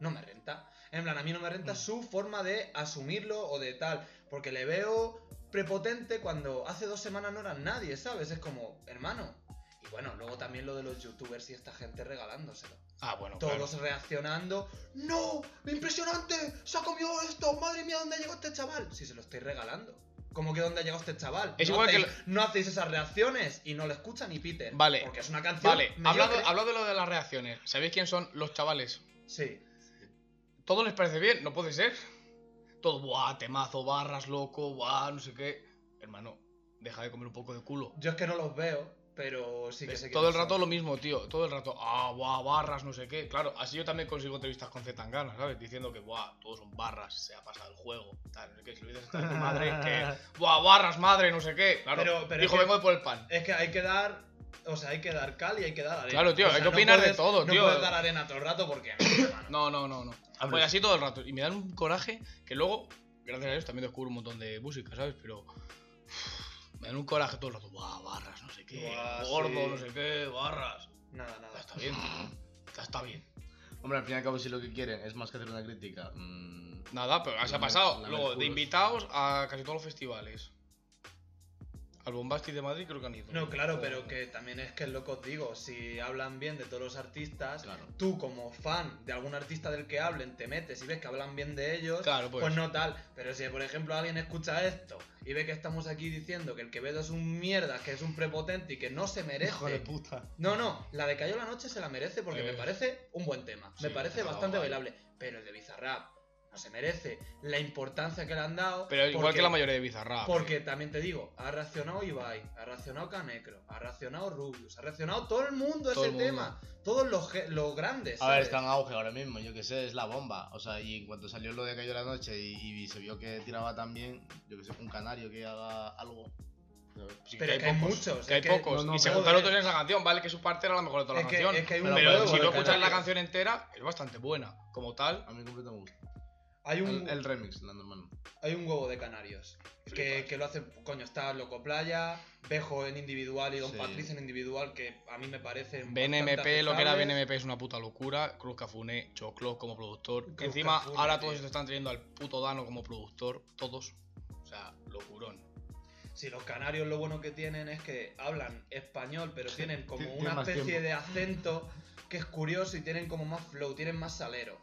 S2: no me renta. En plan, a mí no me renta
S1: Mm.
S2: su forma de asumirlo o de tal, porque le veo prepotente cuando hace dos semanas no era nadie, ¿sabes? Es como, hermano. Y bueno, luego también lo de los youtubers y esta gente regalándoselo.
S1: Ah, bueno, claro.
S2: Todos reaccionando. ¡No! ¡Impresionante! ¡Se ha comido esto! ¡Madre mía, ¿dónde ha llegado este chaval! Si se lo estoy regalando. ¿Cómo que dónde ha llegado este chaval?
S1: Es
S2: no
S1: igual que
S2: hacéis, no hacéis esas reacciones y no le escucha ni Peter.
S1: Vale.
S2: Porque es una canción.
S1: Vale,
S2: mediocre.
S1: hablado, hablado de lo de las reacciones. ¿Sabéis quién son los chavales?
S2: ¿eh? Sí.
S1: Todo les parece bien, no puede ser. Todo, buah, temazo, barras, loco, buah, no sé qué. Hermano, deja de comer un poco de culo.
S2: Yo es que no los veo, pero sí que
S1: Es
S2: sé que.
S1: Eh, todo el rato lo mismo, tío. Todo el rato, ah, buah, barras, no sé qué. Claro, así yo también consigo entrevistas con Zetangana, ¿sabes? Diciendo que, buah, todos son barras, se ha pasado el juego. Tal, no sé qué, si lo dices está de tu madre, que, buah, barras, madre, no sé qué. Claro,
S2: Pero- pero es
S1: hijo,
S2: que-
S1: vengo de por el pan.
S2: Es que hay que dar. O sea, hay que dar cal y hay que dar arena.
S1: Claro, tío,
S2: O
S1: hay
S2: sea,
S1: que opinar de
S2: puedes-
S1: todo,
S2: no
S1: tío.
S2: puedes dar arena todo el rato porque. hermano,
S1: No, no, no, no.
S3: Hombre.
S1: Pues así todo el rato. Y me dan un coraje que luego, gracias a Dios, también descubro un montón de música, ¿sabes? Pero. uff, Me dan un coraje todo el rato. Buah, barras, no sé qué.
S2: Buah,
S1: gordo,
S2: sí.
S1: no sé qué, barras.
S2: nada,
S1: Ya
S2: nada.
S1: está bien. Ya está bien.
S3: Hombre, al fin y al cabo, si lo que quieren es más que hacer una crítica. mm,
S1: Nada, pero así ha
S3: Lamer-
S1: pasado.
S3: lamer
S1: Luego, de
S3: culos.
S1: invitados a casi todos los festivales. Al Bombasti de Madrid creo que han ido.
S2: No, claro,
S1: O-
S2: pero que también es que es lo que os digo, si hablan bien de todos los artistas,
S3: Claro.
S2: tú como fan de algún artista del que hablen, te metes y ves que hablan bien de ellos,
S1: Claro,
S2: pues,
S1: pues.
S2: no tal. Pero si por ejemplo alguien escucha esto y ve que estamos aquí diciendo que el Quevedo es un mierda, que es un prepotente y que no se merece...
S3: Hijo de puta.
S2: No, no, la de Cayó la Noche se la merece porque me
S1: Eh.
S2: parece un buen tema.
S3: Sí,
S2: me parece
S3: está
S2: bastante
S3: guay.
S2: bailable. Pero el de Bizarrap no se merece la importancia que le han dado.
S1: Pero igual
S2: porque-
S1: que la mayoría de Bizarrap.
S2: Porque también te digo, ha reaccionado Ibai, ha reaccionado Canecro, ha reaccionado Rubius, ha reaccionado todo el mundo a
S1: Todo
S2: ese
S1: el mundo.
S2: tema. Todos los, ge- los grandes.
S3: A ver,
S2: ¿sabes?
S3: está en auge ahora mismo, yo que sé, es la bomba. O sea, y en cuanto salió lo de Cayó la Noche y, y se vio que tiraba también, yo que sé, un canario que haga algo. ¿sabes?
S1: Sí,
S2: pero es que hay
S1: pocos,
S2: muchos,
S1: Que
S2: es
S1: hay
S2: que-
S1: pocos.
S3: no, no,
S1: y se
S2: pero-
S1: juntaron todos en esa canción, ¿vale? Que su parte era la mejor de toda
S2: Es
S1: la
S2: que-
S1: canción.
S2: es que hay un
S1: pero
S3: huevo
S1: si
S3: de
S1: no escuchas la
S2: canarios.
S1: canción entera, es bastante buena. Como tal,
S3: A mí completo me gusta.
S2: Hay un,
S3: El, el remix, la normal.
S2: hay un huevo de canarios. Que,
S1: Flipas.
S2: que lo hace, coño, está Loco Playa, Bejo en individual y Don
S3: Sí.
S2: Patricio en individual, que a mí me parece.
S1: BNMP, lo que era BNMP es una puta locura. Cruz Cafuné, Choclo como productor.
S2: Cruz
S1: que encima,
S2: Cafune,
S1: ahora
S2: tío.
S1: todos se están teniendo al puto Dano como productor. Todos. O sea, locurón.
S2: Si los canarios lo bueno que tienen es que hablan español, pero tienen como
S3: Tienen
S2: una
S3: más
S2: especie
S3: tiempo.
S2: de acento que es curioso y tienen como más flow, tienen más salero.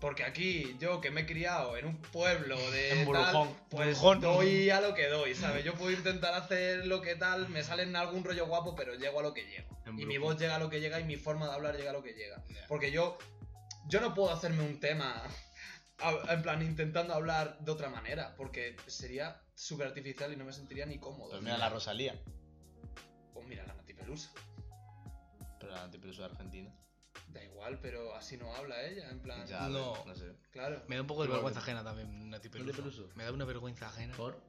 S2: Porque aquí yo que me he criado en un pueblo de
S3: En Burujón,
S2: tal, pues
S3: Burujón.
S2: doy a lo que doy, ¿sabes? Yo puedo intentar hacer lo que tal, me salen algún rollo guapo, pero llego a lo que llego.
S3: En
S2: Y mi
S3: Burujón.
S2: voz llega a lo que llega y mi forma de hablar llega a lo que llega.
S1: Ya.
S2: Porque yo, yo no puedo hacerme un tema a- en plan intentando hablar de otra manera, porque sería súper artificial y no me sentiría ni cómodo.
S3: Pues mira la Rosalía,
S2: Pues mira, la Nati Pelusa.
S3: pero la antipelusa de Argentina.
S2: Da igual, pero así no habla ella, en plan,
S3: Ya, a ver,
S1: No.
S3: no sé.
S2: claro.
S1: Me da un poco de
S3: Claro.
S1: vergüenza ajena también, Nati
S3: Nati
S1: Peluso.
S3: Peluso.
S1: Me da una vergüenza ajena.
S3: ¿Por?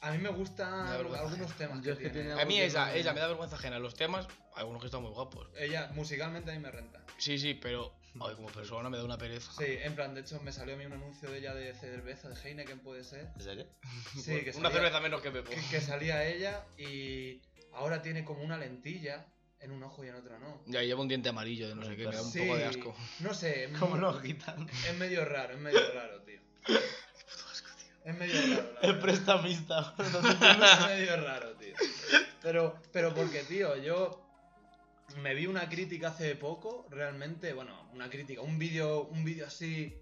S2: A mí me
S1: Me da
S2: gustan
S1: vergüenza
S2: algunos temas que,
S3: Yo es que
S2: tiene.
S3: tenía-
S1: A mí
S3: Porque
S1: ella,
S3: no-
S1: ella me da vergüenza ajena. Los temas, algunos que están muy guapos.
S2: Ella, musicalmente a mí me renta.
S1: Sí, sí, pero ay, como persona me da una pereza.
S2: Sí, en plan, de hecho me salió a mí un anuncio de ella de cerveza de Heineken, puede ser.
S3: ¿En serio?
S2: Sí, que
S1: Pues una
S2: salía-
S1: cerveza menos que bebo.
S2: que, que salía ella y ahora tiene como una lentilla en un ojo y en otro no.
S1: Ya lleva un diente amarillo de no sé qué, me da un
S2: Sí,
S1: poco de asco.
S2: No sé, es
S3: ¿Cómo
S2: muy-
S3: los quitan?
S2: es medio raro, es medio raro, tío. Es medio raro. la
S3: El
S2: verdad.
S3: prestamista.
S2: Es medio raro, tío. Pero, pero porque, tío, yo me vi una crítica hace poco, realmente, bueno, una crítica, un vídeo, un vídeo así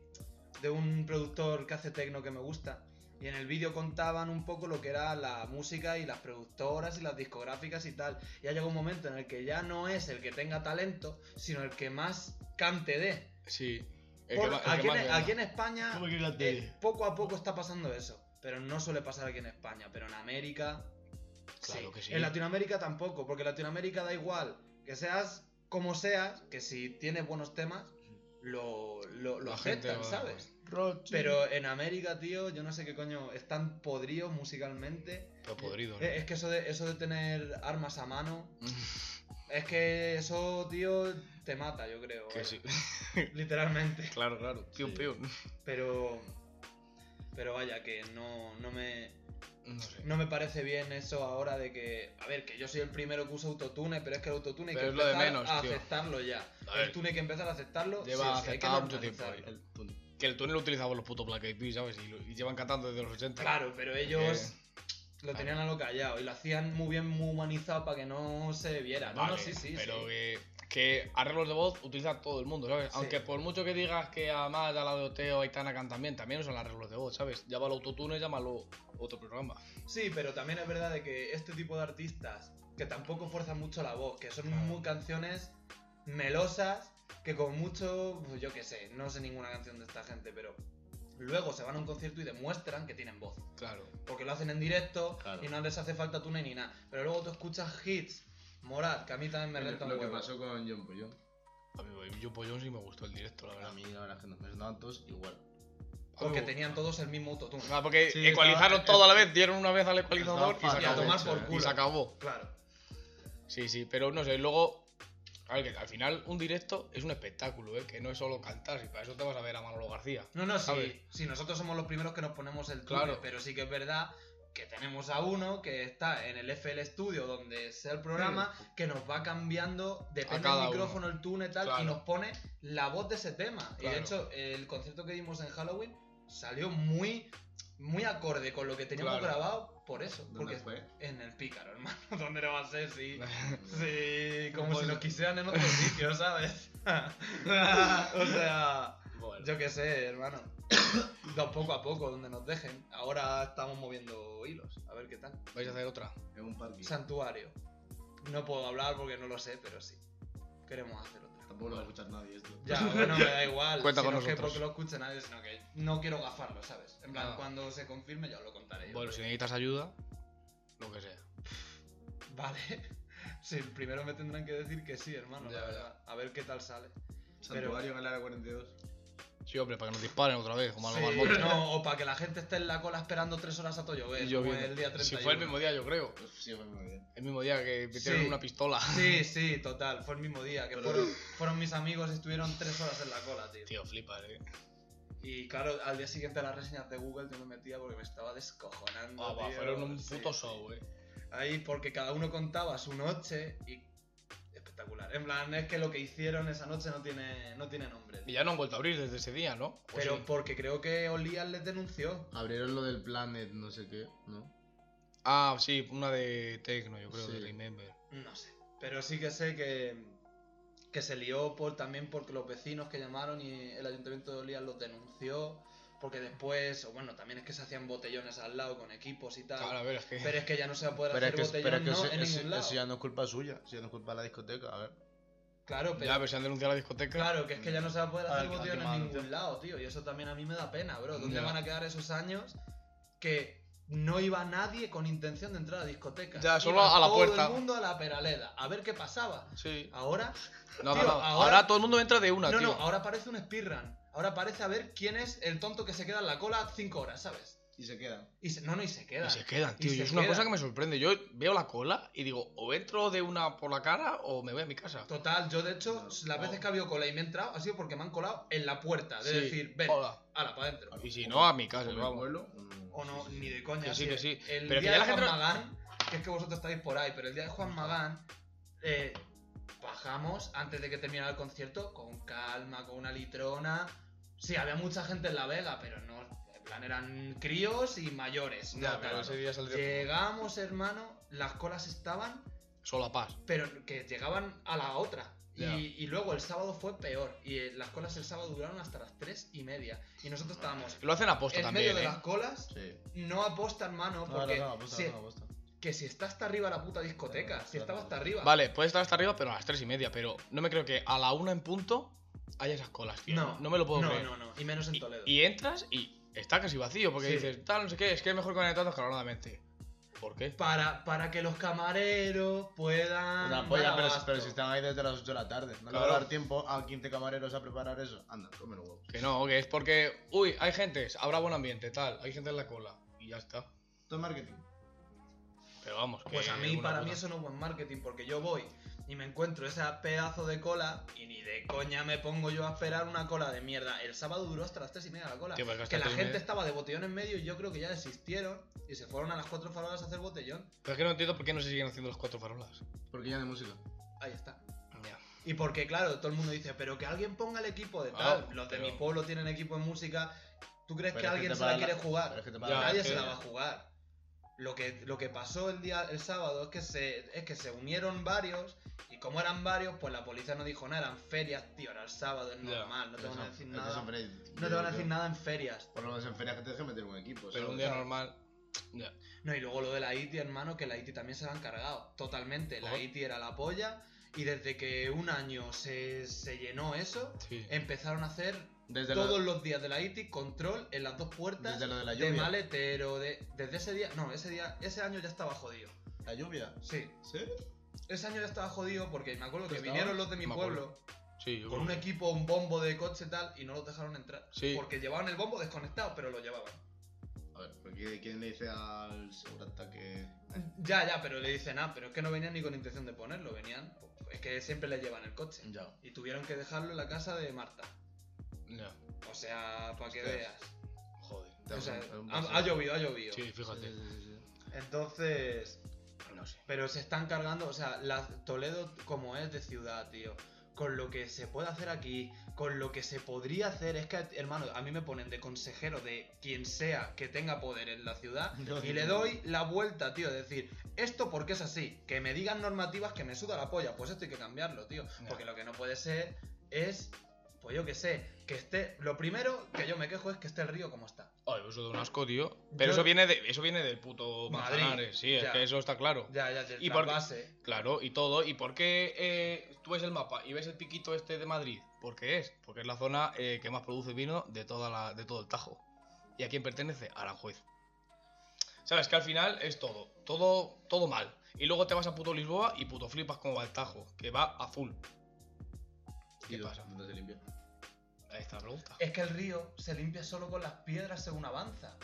S2: de un productor que hace tecno que me gusta. Y en el vídeo contaban un poco lo que era la música y las productoras y las discográficas y tal. Y ha llegado un momento en el que ya no es el que tenga talento, sino el que más cante de.
S1: Sí. El
S2: Por-
S1: que ma- el que
S2: aquí, en, e-
S1: más gana.
S2: aquí en España
S3: ¿Cómo que
S2: eh,
S3: cante?
S2: poco a poco está pasando eso. Pero no suele pasar aquí en España. Pero en América.
S1: Claro que sí.
S2: En Latinoamérica tampoco. Porque en Latinoamérica da igual que seas como seas, que si tienes buenos temas, lo, lo, lo
S1: La gente
S2: aceptan,
S1: lo da
S2: ¿sabes?
S3: Rochi.
S2: Pero en América, tío, yo no sé qué coño. Están podridos musicalmente.
S1: Pero podrido. ¿no?
S2: Eh, Es que eso de, eso de tener armas a mano. Es que eso, tío, te mata, yo creo. eh,
S1: que sí.
S2: Literalmente.
S1: Claro, claro. Pium,
S3: Sí.
S1: pium.
S2: Pero. Pero vaya, que no, no me.
S1: No sé.
S2: No me parece bien eso ahora de que. A ver, que yo soy el primero que usa autotune, pero es que el autotune hay que
S1: Pero es lo de
S2: empezar
S1: menos,
S2: a
S1: tío.
S2: aceptarlo ya.
S1: A
S2: El
S1: ver.
S2: tune hay que empezar a aceptarlo.
S1: Lleva
S2: sí o sí, hay que
S1: aceptado mucho tiempo,
S2: normalizarlo.
S3: El punto.
S1: Que el túnel lo utilizaban los putos Black Eyed Peas, ¿sabes? Y, lo- y llevan cantando desde los 80.
S2: Claro, pero ellos lo tenían a lo callado y lo hacían muy bien, muy humanizado para que no se viera. No,
S1: Vale,
S2: no, sí, sí.
S1: Pero
S2: sí.
S1: Que, que arreglos de voz utiliza todo el mundo, ¿sabes?
S2: Sí.
S1: Aunque por mucho que digas que además ya la de Oteo, Aitana cantan bien, también son arreglos de voz, ¿sabes? Llámalo autotune, llámalo otro programa.
S2: Sí, pero también es verdad de que este tipo de artistas que tampoco fuerzan mucho la voz, que son
S1: Claro.
S2: muy canciones melosas, que con mucho, pues yo qué sé, no sé ninguna canción de esta gente, pero luego se van a un concierto y demuestran que tienen voz,
S1: Claro.
S2: porque lo hacen en directo
S3: Claro.
S2: y no les hace falta tune ni nada, pero luego tú escuchas hits, Morad, que a mí también me renta un
S3: Lo que
S2: huevo.
S3: pasó con John Pollón.
S1: A mí, yo Pollón sí me gustó el directo, la
S3: A
S1: verdad.
S3: mí la verdad es que no me sonaban todos igual.
S2: Porque
S1: Uy.
S2: tenían todos el mismo autotune.
S1: Ah, porque
S3: Sí,
S1: ecualizaron
S3: estaba-
S1: todo a la vez, dieron una vez al ecualizador y
S3: Estaba
S1: se
S2: Y a
S3: fatal
S1: acabó.
S2: tomar
S3: hecho,
S2: por
S3: eh.
S1: Y
S2: culo.
S1: se acabó.
S2: Claro.
S1: Sí, sí, pero no sé, luego. A ver, que al final un directo es un espectáculo, ¿eh? Que no es solo cantar, y para eso te vas a ver a Manolo García.
S2: No, no,
S1: ¿Sabes?
S2: sí, sí, nosotros somos los primeros que nos ponemos el túnel,
S1: Claro.
S2: pero sí que es verdad que tenemos a uno que está en el FL Studio, donde sea el programa, que nos va cambiando, depende
S1: cada
S2: del
S1: uno.
S2: micrófono, el túnel, tal, y
S1: Claro.
S2: nos pone la voz de ese tema. Y de
S1: Claro.
S2: hecho, el concierto que dimos en Halloween salió muy, muy acorde con lo que teníamos
S1: Claro.
S2: grabado, Por eso.
S4: ¿Dónde
S2: Porque
S4: fue?
S2: en el pícaro, hermano. ¿Dónde lo va a ser si.? si- como
S1: Pues-
S2: si lo quisieran en otro sitio, ¿sabes? o sea.
S1: Bueno,
S2: Yo qué sé, hermano. Dos poco a poco, donde nos dejen. Ahora estamos moviendo hilos, a ver qué tal.
S1: vais a hacer otra.
S3: En un parking.
S2: Santuario. No puedo hablar porque no lo sé, pero sí. Queremos hacer otra.
S3: Tampoco lo va a escuchar nadie esto.
S2: Ya, bueno, me da igual.
S1: Cuenta
S2: si
S1: con
S2: no es que
S1: nosotros.
S2: porque lo escuche nadie, sino que no quiero gafarlo, ¿sabes? En plan,
S1: Ah.
S2: cuando se confirme ya os lo contaré yo.
S1: Bueno, si necesitas ayuda, lo que sea.
S2: Vale. Sí, primero me tendrán que decir que sí, hermano,
S1: Ya,
S2: la
S1: ya.
S2: verdad. A ver qué tal sale.
S4: Santuario en el área 42.
S1: Sí, hombre, para que nos disparen otra vez, como a lo
S2: Sí,
S1: marmota.
S2: no, o para que la gente esté en la cola esperando tres horas a todo llover,
S1: Y yo
S2: como
S1: viendo.
S2: el día 31.
S1: Si fue el mismo día, yo creo.
S3: Pues sí, fue muy bien.
S1: El mismo día que metieron
S2: Sí.
S1: una pistola.
S2: Sí, sí, total, fue el mismo día, que fueron, fueron mis amigos y estuvieron tres horas en la cola, tío.
S1: Tío, flipas, eh.
S2: Y claro, al día siguiente a las reseñas de Google yo me metía porque me estaba descojonando.
S1: Ah, va,
S2: tío.
S1: fueron un
S2: Sí.
S1: puto show, eh.
S2: Ahí porque cada uno contaba su noche y espectacular. En plan, es que lo que hicieron esa noche no tiene, no tiene nombre.
S1: Y
S2: tío.
S1: ya no han vuelto a abrir desde ese día, ¿no? ¿O
S2: Pero
S1: pues sí?
S2: porque creo que Olías les denunció.
S3: Abrieron lo del Planet, no sé qué, ¿no?
S1: Ah, sí, una de Tecno, yo creo,
S3: Sí.
S1: de Remember.
S2: No sé. Pero sí que sé que, que se lió por, también porque los vecinos que llamaron y el ayuntamiento de Olías los denunció. Porque después, o bueno, también es que se hacían botellones al lado con equipos y tal.
S1: Claro, a ver, es que.
S2: Pero es que ya no se va a poder
S3: Pero es
S2: hacer
S3: que, pero es
S2: botellón
S3: que
S2: no,
S3: eso,
S2: en
S3: eso-
S2: ningún lado.
S3: eso ya no es culpa suya, eso ya no es culpa de la discoteca, a ver.
S2: Claro, pero
S1: Ya, pero si han denunciado la discoteca.
S2: claro, que es que ya no se va a poder
S3: Ah,
S2: hacer
S3: que la
S2: botellón en
S3: quemaron,
S2: ningún lado, tío. Y eso también a mí me da pena, bro. ¿Dónde
S1: Ya.
S2: van a quedar esos años que no iba nadie con intención de entrar a discotecas?
S1: Ya, solo
S2: Iba
S1: a la
S2: todo
S1: puerta.
S2: el mundo a la peraleda, a ver qué pasaba.
S1: Sí.
S2: Ahora
S1: No,
S2: Tío,
S1: no, no.
S2: ahora-
S1: Ahora... todo el mundo entra de una,
S2: no,
S1: tío.
S2: no, ahora parece un speedrun. Ahora parece a ver quién es el tonto que se queda en la cola cinco horas, ¿sabes?
S4: Y se quedan.
S2: Y se- no, no, y se queda.
S1: Y se quedan, tío.
S2: Y
S1: Y
S2: se
S1: es una cosa
S2: quedan.
S1: que me sorprende. Yo veo la cola y digo, o entro de una por la cara o me voy a mi casa.
S2: Total, yo de hecho,
S4: No,
S2: las
S1: no.
S2: veces que ha habido cola y me he entrado, ha sido porque me han colado en la puerta. De
S1: Sí, Oh.
S2: decir, ven,
S1: hola.
S2: ala, para adentro.
S1: Y si no, a mi casa,
S4: ¿O mi
S1: vamos.
S4: pueblo?
S3: Mm,
S2: O no, ni de coña.
S1: Que sí,
S2: si
S1: que
S2: el-
S1: sí.
S2: El
S1: Pero que ya
S2: día de
S1: la
S2: Juan
S1: gente no-
S2: Magán, que es que vosotros estáis por ahí, pero el día de Juan Magán, eh, bajamos antes de que terminara el concierto con calma, con una litrona. Sí, había mucha gente en La Vega, pero no. En plan, eran críos y mayores.
S1: Ya,
S2: no,
S1: pero
S2: claro.
S1: ese día saldría.
S2: Llegamos, hermano, las colas estaban,
S1: Sola paz.
S2: pero que llegaban a la otra. Y,
S1: Ya.
S2: y luego el sábado fue peor. Y eh, las colas el sábado duraron hasta las tres y media. Y nosotros estábamos
S1: Lo hacen aposta
S2: en
S1: también,
S2: medio de
S1: ¿eh?
S2: las colas,
S3: Sí.
S2: no aposta, hermano, porque si-
S3: apuesta.
S2: que si está hasta arriba la puta discoteca,
S3: Claro,
S2: si estaba
S3: claro.
S2: hasta arriba.
S1: Vale, puede estar hasta arriba, pero a las tres y media. Pero no me creo que a la una en punto haya esas colas, tío.
S2: No,
S1: No, me lo puedo
S2: no,
S1: creer.
S2: no, no, y menos en
S1: Y-
S2: Toledo.
S1: Y, entras y está casi vacío porque
S2: Sí.
S1: dices, tal, no sé qué, es que es mejor conectar escalonadamente. ¿Por qué?
S2: Para, para que los camareros puedan.
S3: Una polla,
S2: dar
S3: pero,
S2: abasto.
S3: pero si están ahí desde las 8 de la tarde. No le va
S1: Claro.
S3: a dar tiempo a 15 camareros a preparar eso. Anda, come los huevos.
S1: Que no, que es porque, uy, hay gente, habrá buen ambiente, tal, hay gente en la cola y ya está.
S3: Esto es marketing.
S1: Pero vamos, que
S2: Pues a mí,
S1: una
S2: para mí,
S1: puta-
S2: eso no es buen marketing, porque yo voy y me encuentro ese pedazo de cola y ni de coña me pongo yo a esperar una cola de mierda. El sábado duró hasta las 3 y media la cola.
S1: Tío, pues pero es que hasta
S2: que
S1: tres
S2: la
S1: y
S2: gente
S1: media-
S2: estaba de botellón en medio y yo creo que ya desistieron y se fueron a las 4 farolas a hacer botellón.
S1: Pero es que no entiendo por qué no se siguen haciendo las cuatro farolas.
S3: Porque ya de música.
S2: Ahí está.
S1: Ya.
S2: Y porque, claro, todo el mundo dice, pero que alguien ponga el equipo de tal.
S1: Ah,
S2: Los de
S1: pero-
S2: mi pueblo tienen equipo de música. ¿Tú crees
S3: Pero
S2: que
S3: es que
S2: alguien
S3: te
S2: se la
S3: pagan la-
S2: quiere jugar?
S3: Pero es que te
S1: Ya,
S3: pagan.
S2: Nadie
S1: es
S2: se la
S1: que-
S2: va a jugar. Lo que, lo que pasó el día el sábado es que se es que se unieron varios y como eran varios, pues la policía no dijo nada, eran ferias, tío, era el sábado, es
S1: Ya,
S2: normal, no te
S3: Pero
S2: van a
S3: son-
S2: decir
S3: es que
S2: nada.
S3: son ferias.
S2: No te van a decir nada en ferias.
S3: Por lo menos en ferias que te dejen meter un equipo.
S1: Pero
S3: ¿sabes?
S1: un día
S2: claro.
S1: normal. Ya.
S2: No, y luego lo de la ITI, hermano, que la ITI también se la han cargado. Totalmente. La
S1: Ojo.
S2: ITI era la polla. Y desde que un año se, se llenó eso,
S1: Sí.
S2: empezaron a hacer
S3: Desde lo,
S2: todos los días de la ITI control en las dos puertas
S3: desde lo de la
S2: de
S3: lluvia.
S2: maletero. De, desde ese día, no, ese día, ese año ya estaba jodido.
S3: La lluvia.
S2: Sí,
S3: ¿Sí?
S2: ese año ya estaba jodido porque me acuerdo que
S3: ¿Estaba?
S2: vinieron los de mi
S1: Me
S2: pueblo
S1: acuerdo. Sí, yo creo
S2: con un
S1: que-
S2: equipo, un bombo de coche y tal, y no los dejaron entrar.
S1: Sí.
S2: Porque llevaban el bombo desconectado, pero lo llevaban.
S3: A ver, porque ¿quién le dice al segurata que.?
S2: Ya, ya, pero le dicen, ah, pero es que no venían ni con intención de ponerlo, venían. pues, Es que siempre le llevan el coche.
S3: Ya.
S2: Y tuvieron que dejarlo en la casa de Marta.
S1: Ya.
S2: O sea, para que
S3: Hostias.
S2: veas.
S1: Joder.
S3: Te
S2: O
S3: vas a-
S2: sea,
S3: te vas a un paseo.
S2: ha, ha llovido, ha llovido.
S1: Sí, fíjate.
S3: Sí, sí, sí, sí.
S2: Entonces,
S1: No sé.
S2: Pero se están cargando, o sea, la- Toledo como es de ciudad, tío. con lo que se puede hacer aquí, con lo que se podría hacer. Es que, hermano, a mí me ponen de consejero de quien sea que tenga poder en la ciudad
S3: No,
S2: y le
S3: no.
S2: doy la vuelta, tío. Es decir, esto porque es así. Que me digan normativas que me suda la polla. Pues esto hay que cambiarlo, tío.
S1: Ya.
S2: Porque lo que no puede ser es, pues yo qué sé, que esté. Lo primero que yo me quejo es que esté el río como está.
S1: Ay, pues eso da un asco, tío. Pero
S2: Yo-
S1: eso viene de, eso viene del puto
S2: Madrid,
S1: Manzanares, sí, es
S2: ya.
S1: que eso está claro.
S2: Ya, ya, del
S1: Y porque-
S2: trasvase.
S1: Claro, y todo. ¿Y por qué eh, tú ves el mapa y ves el piquito este de Madrid? Porque es, porque es la zona eh, que más produce vino de, toda la, de todo el Tajo. ¿Y a quién pertenece? Aranjuez. Sabes que al final es todo, todo, todo mal. Y luego te vas a puto Lisboa y puto flipas como va el Tajo, que va a full. ¿Qué pasa?
S4: ¿Dónde se limpia?
S1: Ahí está la pregunta.
S2: Es que el río se limpia solo con las piedras según avanza.